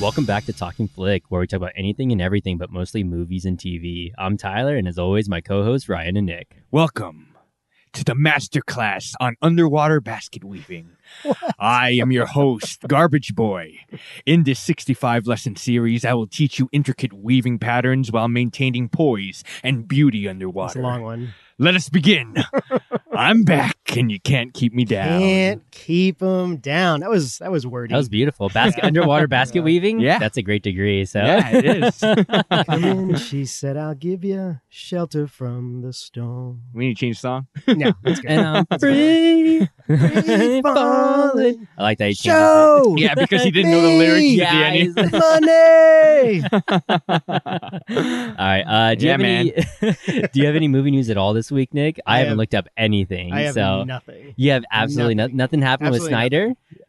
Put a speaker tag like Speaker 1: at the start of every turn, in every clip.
Speaker 1: Welcome back to Talking Flick, where we talk about anything and everything, but mostly movies and TV. I'm Tyler, and as always, my co hosts, Ryan and Nick.
Speaker 2: Welcome to the masterclass on underwater basket weaving. I am your host, Garbage Boy. In this 65 lesson series, I will teach you intricate weaving patterns while maintaining poise and beauty underwater.
Speaker 3: It's a long one.
Speaker 2: Let us begin. I'm back and you can't keep me down.
Speaker 3: Can't keep them down. That was that was wordy.
Speaker 1: That was beautiful. Basket Underwater basket weaving?
Speaker 2: Yeah.
Speaker 1: That's a great degree. So,
Speaker 2: Yeah, it is.
Speaker 3: Come in, she said, "I'll give you shelter from the storm."
Speaker 2: we need to change the song.
Speaker 3: No, that's good.
Speaker 1: and um, I'm free.
Speaker 3: Free falling.
Speaker 1: I like that he changes it.
Speaker 3: Show
Speaker 2: Yeah, because he didn't know the lyrics
Speaker 3: Me.
Speaker 2: at the end.
Speaker 1: he's-
Speaker 3: money.
Speaker 1: All right. Uh, do you
Speaker 2: Yeah,
Speaker 1: have any? do you have any movie news at all this week, Nick? I,
Speaker 3: I
Speaker 1: haven't
Speaker 3: have-
Speaker 1: looked up anything.
Speaker 3: I have
Speaker 1: so
Speaker 3: nothing.
Speaker 1: you have absolutely nothing.
Speaker 3: nothing.
Speaker 1: nothing happened with
Speaker 3: Absolutely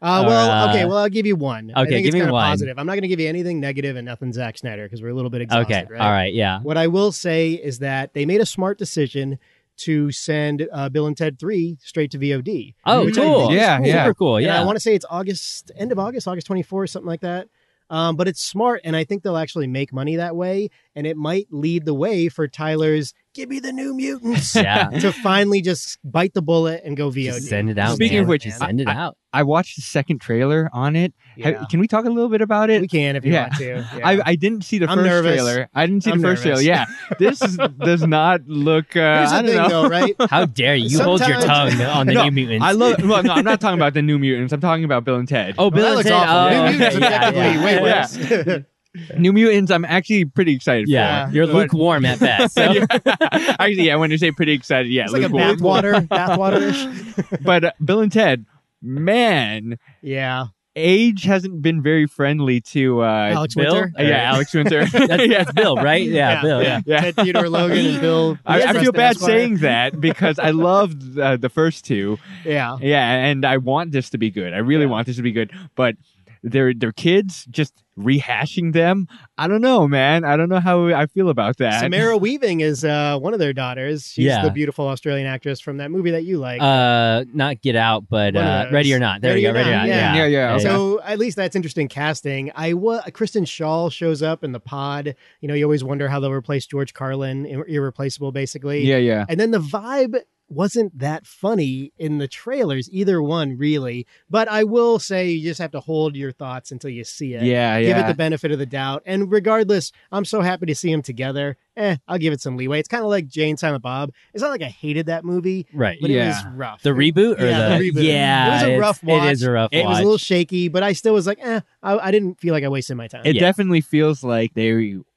Speaker 1: Snyder.
Speaker 3: Uh,
Speaker 1: Or,
Speaker 3: well,
Speaker 1: uh,
Speaker 3: okay. Well, I'll give you one. I
Speaker 1: okay,
Speaker 3: think
Speaker 1: give
Speaker 3: it's
Speaker 1: me
Speaker 3: kind of
Speaker 1: one.
Speaker 3: positive. I'm not going to give you anything negative and nothing Zack Snyder because we're a little bit exhausted.
Speaker 1: okay. All right. Yeah.
Speaker 3: What I will say is that they made a smart decision to send uh, Bill and Ted Three straight to VOD.
Speaker 1: Oh,
Speaker 3: Which I
Speaker 1: cool.
Speaker 3: think is
Speaker 2: Yeah,
Speaker 3: cool.
Speaker 2: yeah.
Speaker 1: Super cool.
Speaker 3: And
Speaker 1: Yeah.
Speaker 3: I want to say it's August, end of August, August 24th, something like that. Um, but it's smart, and I think they'll actually make money that way. And it might lead the way for Tyler's "Give Me the New Mutants"
Speaker 1: yeah.
Speaker 3: to finally just bite the bullet and go VOD.
Speaker 1: Just send it out.
Speaker 2: Speaking
Speaker 1: man.
Speaker 2: of which,
Speaker 1: Just send it
Speaker 2: I-
Speaker 1: out.
Speaker 2: I watched the second trailer on it. Ha-
Speaker 3: Yeah.
Speaker 2: can we talk a little bit about it?
Speaker 3: we can if you
Speaker 2: Yeah.
Speaker 3: want to. Yeah.
Speaker 2: I, uh, I didn't see the
Speaker 3: I'm
Speaker 2: first
Speaker 3: nervous.
Speaker 2: trailer. I didn't see
Speaker 3: I'm
Speaker 2: the first
Speaker 3: nervous.
Speaker 2: trailer. Yeah, this is, does not look. Uh,
Speaker 3: Here's the
Speaker 2: I don't
Speaker 3: thing,
Speaker 2: know.
Speaker 3: though, right?
Speaker 1: How dare you hold your
Speaker 3: Sometimes-
Speaker 1: tongue on the
Speaker 2: No,
Speaker 1: New Mutants?
Speaker 2: I love. Well, no, I'm not talking about the New Mutants. I'm talking about Bill and Ted.
Speaker 1: Oh, Bill
Speaker 3: that
Speaker 1: and
Speaker 3: looks
Speaker 1: Ted.
Speaker 3: awful.
Speaker 1: Oh,
Speaker 3: New Mutants
Speaker 1: okay,
Speaker 3: is
Speaker 1: yeah,
Speaker 3: technically
Speaker 1: yeah.
Speaker 3: way
Speaker 1: yeah.
Speaker 2: Yeah.
Speaker 3: worse.
Speaker 2: New Mutants. I'm actually pretty excited.
Speaker 1: Yeah,
Speaker 3: Yeah.
Speaker 1: you're
Speaker 2: But-
Speaker 1: lukewarm at best.
Speaker 2: For.
Speaker 1: So.
Speaker 2: Yeah. actually, yeah. When I say pretty excited, yeah,
Speaker 3: It's like a
Speaker 2: lukewarm.
Speaker 3: bathwater, bathwater-ish.
Speaker 2: But uh, Bill and Ted, man,
Speaker 3: Yeah,
Speaker 2: age hasn't been very friendly to. Uh,
Speaker 3: Alex
Speaker 1: Bill?
Speaker 3: Winter.
Speaker 2: yeah, Alex Winter.
Speaker 1: That's,
Speaker 2: yeah.
Speaker 1: that's Bill, right? Yeah, Bill. Yeah.
Speaker 2: Yeah.
Speaker 3: Ted Theodore Logan and Bill.
Speaker 2: I, I
Speaker 3: Preston
Speaker 2: feel bad
Speaker 3: Esquire.
Speaker 2: saying that because I loved uh, the first two.
Speaker 3: Yeah,
Speaker 2: Yeah, and I want this to be good. I really
Speaker 3: Yeah.
Speaker 2: want this to be good, but their their kids just rehashing them. I don't know, man. I don't know how I feel about that.
Speaker 3: Samara Weaving is uh, one of their daughters. She's
Speaker 1: Yeah.
Speaker 3: the beautiful Australian actress from that movie that you like.
Speaker 1: Uh, not Get Out, but
Speaker 3: One of
Speaker 1: uh,
Speaker 3: those.
Speaker 1: Ready or Not. There
Speaker 3: Ready
Speaker 1: we go.
Speaker 3: or
Speaker 1: Ready or
Speaker 3: Not,
Speaker 1: Not.
Speaker 3: yeah.
Speaker 1: Yeah.
Speaker 2: Yeah, yeah, okay.
Speaker 3: So at least that's interesting casting. I wa- Kristen Shaw shows up in the pod. You know, you always wonder how they'll replace George Carlin, ir- irreplaceable basically.
Speaker 2: yeah, yeah.
Speaker 3: And then the vibe wasn't that funny in the trailers, either one really. But I will say you just have to hold your thoughts until you see it.
Speaker 2: Yeah, yeah.
Speaker 3: Give it the benefit of the doubt. And regardless, I'm so happy to see them together. Eh, I'll give it some leeway. It's kind of like Jane Silent Bob. It's not like I hated that movie,
Speaker 1: right.
Speaker 3: but
Speaker 2: Yeah.
Speaker 3: it was rough.
Speaker 1: The reboot or
Speaker 3: Yeah,
Speaker 1: the,
Speaker 3: the reboot.
Speaker 1: Yeah,
Speaker 3: It was a
Speaker 1: it's-
Speaker 3: rough
Speaker 1: It
Speaker 3: watch.
Speaker 1: is a rough
Speaker 3: It
Speaker 1: watch.
Speaker 3: was a little shaky, but I still was like, eh, I, I didn't feel like I wasted my time.
Speaker 2: it
Speaker 1: yeah.
Speaker 2: definitely feels like they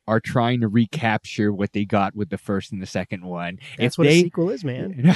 Speaker 2: are trying to recapture what they got with the first and the second one.
Speaker 3: That's
Speaker 2: if
Speaker 3: what a
Speaker 2: they,
Speaker 3: sequel is, man.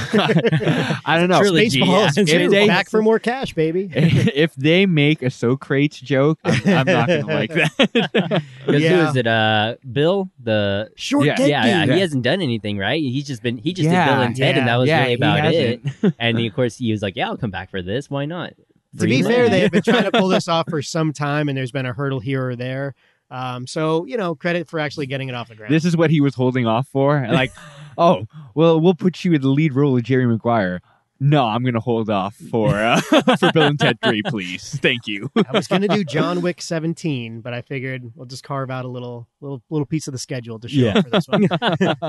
Speaker 2: I don't know.
Speaker 1: Trilogy,
Speaker 3: Spaceballs,
Speaker 1: yeah.
Speaker 2: If
Speaker 3: too.
Speaker 2: they-
Speaker 3: back for more cash, baby.
Speaker 2: if they make a Socrates joke, I'm, I'm not gonna like that.
Speaker 1: 'Cause Who
Speaker 3: Yeah.
Speaker 1: is it? Uh, Bill. The
Speaker 3: Short
Speaker 2: Yeah,
Speaker 3: dick
Speaker 1: yeah, yeah,
Speaker 3: dude.
Speaker 1: He hasn't done anything, right? He's just been he just
Speaker 2: Yeah,
Speaker 1: did Bill and Ted,
Speaker 3: yeah,
Speaker 1: and that was
Speaker 2: yeah,
Speaker 1: really
Speaker 2: he
Speaker 1: about it.
Speaker 2: hasn't.
Speaker 1: And of course, he was like, "Yeah, I'll come back for this. Why not?"
Speaker 3: To be
Speaker 1: Freeman.
Speaker 3: fair, they have been trying to pull this off for some time, and there's been a hurdle here or there. Um, so you know, credit for actually getting it off the ground.
Speaker 2: This is what he was holding off for. And Like, oh, well, we'll put you in the lead role of Jerry Maguire. No, I'm gonna hold off for uh, for Bill and Ted Three, please. Thank you.
Speaker 3: I was gonna do John Wick 17, but I figured we'll just carve out a little little little piece of the schedule to show
Speaker 2: Yeah.
Speaker 3: for this one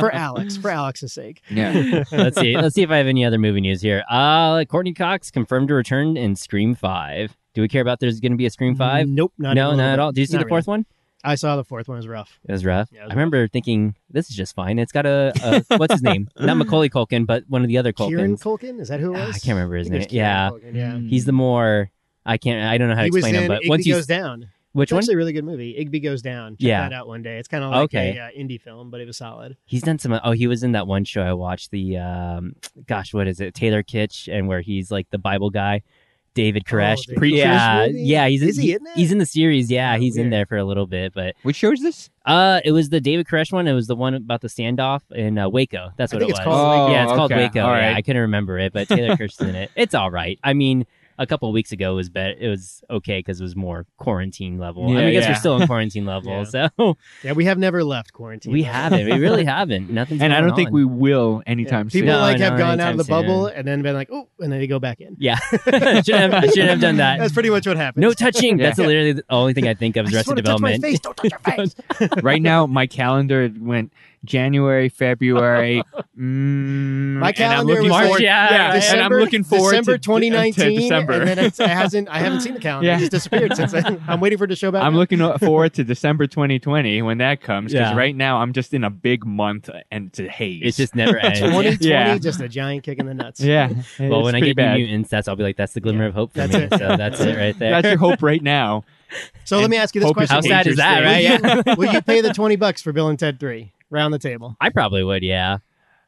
Speaker 3: for Alex for Alex's sake.
Speaker 2: Yeah,
Speaker 1: let's see. Let's see if I have any other movie news here. Uh, Courtney Cox confirmed to return in Scream Five. Do we care about there's going to be a Scream Five?
Speaker 3: Nope, Mm, not
Speaker 1: no,
Speaker 3: even a
Speaker 1: not
Speaker 3: little
Speaker 1: at
Speaker 3: bit.
Speaker 1: all. Do you see
Speaker 3: Not
Speaker 1: the fourth one?
Speaker 3: really. I saw the fourth one. It was rough.
Speaker 1: It was rough.
Speaker 3: Yeah, it
Speaker 1: I
Speaker 3: was
Speaker 1: remember thinking this is just fine. It's got a, a what's his name? Not Macaulay Culkin, but one of the other
Speaker 3: Kieran
Speaker 1: Culkins.
Speaker 3: Culkin is that who it was?
Speaker 1: Ah, I can't remember his
Speaker 3: I think it was
Speaker 1: name. Yeah.
Speaker 3: Kieran Culkin, yeah.
Speaker 2: Mm-hmm.
Speaker 1: He's the more I can't. I don't know how to
Speaker 3: he was
Speaker 1: explain
Speaker 3: in
Speaker 1: him, but
Speaker 3: Igby
Speaker 1: once you
Speaker 3: Goes Down.
Speaker 1: which
Speaker 3: It's
Speaker 1: one?
Speaker 3: actually a really good movie. Igby Goes Down. Check
Speaker 1: Yeah.
Speaker 3: that out one day. It's kind of like
Speaker 1: Okay.
Speaker 3: a uh, indie film, but it was solid.
Speaker 1: He's done some. Oh, he was in that one show I watched. The um, gosh, what is it? Taylor Kitsch, and where he's like the Bible guy, David Koresh.
Speaker 3: Oh, the Preacher's
Speaker 1: yeah,
Speaker 3: movie?
Speaker 1: yeah. He's in,
Speaker 3: Is he in that?
Speaker 1: He's in the series. Yeah,
Speaker 3: Oh,
Speaker 1: he's in
Speaker 3: weird.
Speaker 1: there for a little bit, but
Speaker 2: which show is this?
Speaker 1: uh, it was the David Koresh one. It was the one about the standoff in uh, Waco. That's
Speaker 3: I
Speaker 1: what
Speaker 3: think
Speaker 1: it
Speaker 3: it's
Speaker 1: was.
Speaker 3: called Waco.
Speaker 1: Oh, yeah, it's called
Speaker 2: Oh, okay.
Speaker 1: Waco.
Speaker 2: All
Speaker 1: yeah,
Speaker 2: right.
Speaker 1: I couldn't remember it, but Taylor Kirsch's in it. It's all right. I mean, a couple weeks ago it was better. It was okay because it was more quarantine level. I, mean,
Speaker 2: Yeah,
Speaker 1: I guess
Speaker 2: yeah.
Speaker 1: we're still in quarantine level, so
Speaker 3: Yeah, we have never left quarantine.
Speaker 1: we haven't. We really haven't. Nothing's.
Speaker 2: and I
Speaker 1: going
Speaker 2: don't think
Speaker 1: on.
Speaker 2: we will anytime soon.
Speaker 3: People
Speaker 1: No,
Speaker 3: like have
Speaker 1: no,
Speaker 3: gone out of
Speaker 1: anytime
Speaker 3: the bubble and then been like, oh, and then they go back in.
Speaker 1: Yeah, shouldn't have, shouldn't have done that.
Speaker 3: That's pretty much what happened.
Speaker 1: No touching. That's
Speaker 2: Yeah.
Speaker 1: literally the only thing I think of
Speaker 3: I
Speaker 1: is
Speaker 3: just
Speaker 1: Arrested
Speaker 3: want to touch my
Speaker 1: Development.
Speaker 3: face. Don't touch your face.
Speaker 2: right now, my calendar went January, February. mm,
Speaker 3: My
Speaker 2: and I'm
Speaker 3: calendar
Speaker 2: looking
Speaker 3: was
Speaker 2: forward-
Speaker 1: like
Speaker 2: yeah, and I'm
Speaker 3: December-
Speaker 2: looking forward
Speaker 3: December
Speaker 2: to- to
Speaker 3: 2019,
Speaker 2: December.
Speaker 3: and then it's, it hasn't. I haven't seen the calendar.
Speaker 2: Yeah.
Speaker 3: It just disappeared since then. I'm waiting for it to show back.
Speaker 2: I'm
Speaker 3: up.
Speaker 2: looking o- forward to December 2020 when that comes because
Speaker 1: Yeah.
Speaker 2: right now I'm just in a big month and it's a haze.
Speaker 1: It just never ends.
Speaker 3: 2020,
Speaker 2: Yeah.
Speaker 3: just a giant kick in the nuts.
Speaker 2: yeah.
Speaker 1: Well, when I
Speaker 2: pretty
Speaker 1: get
Speaker 2: bad.
Speaker 1: new mutants, that's I'll be like, that's the glimmer of hope for
Speaker 3: That's
Speaker 1: me.
Speaker 3: it.
Speaker 1: So that's it right there.
Speaker 2: that's your hope right now.
Speaker 3: So let me ask you this
Speaker 2: Hope is
Speaker 3: question:
Speaker 1: How sad is that, right?
Speaker 2: interesting.
Speaker 1: Yeah.
Speaker 3: Will you pay the 20 bucks for Bill and Ted 3? Round the table.
Speaker 1: I probably would, yeah.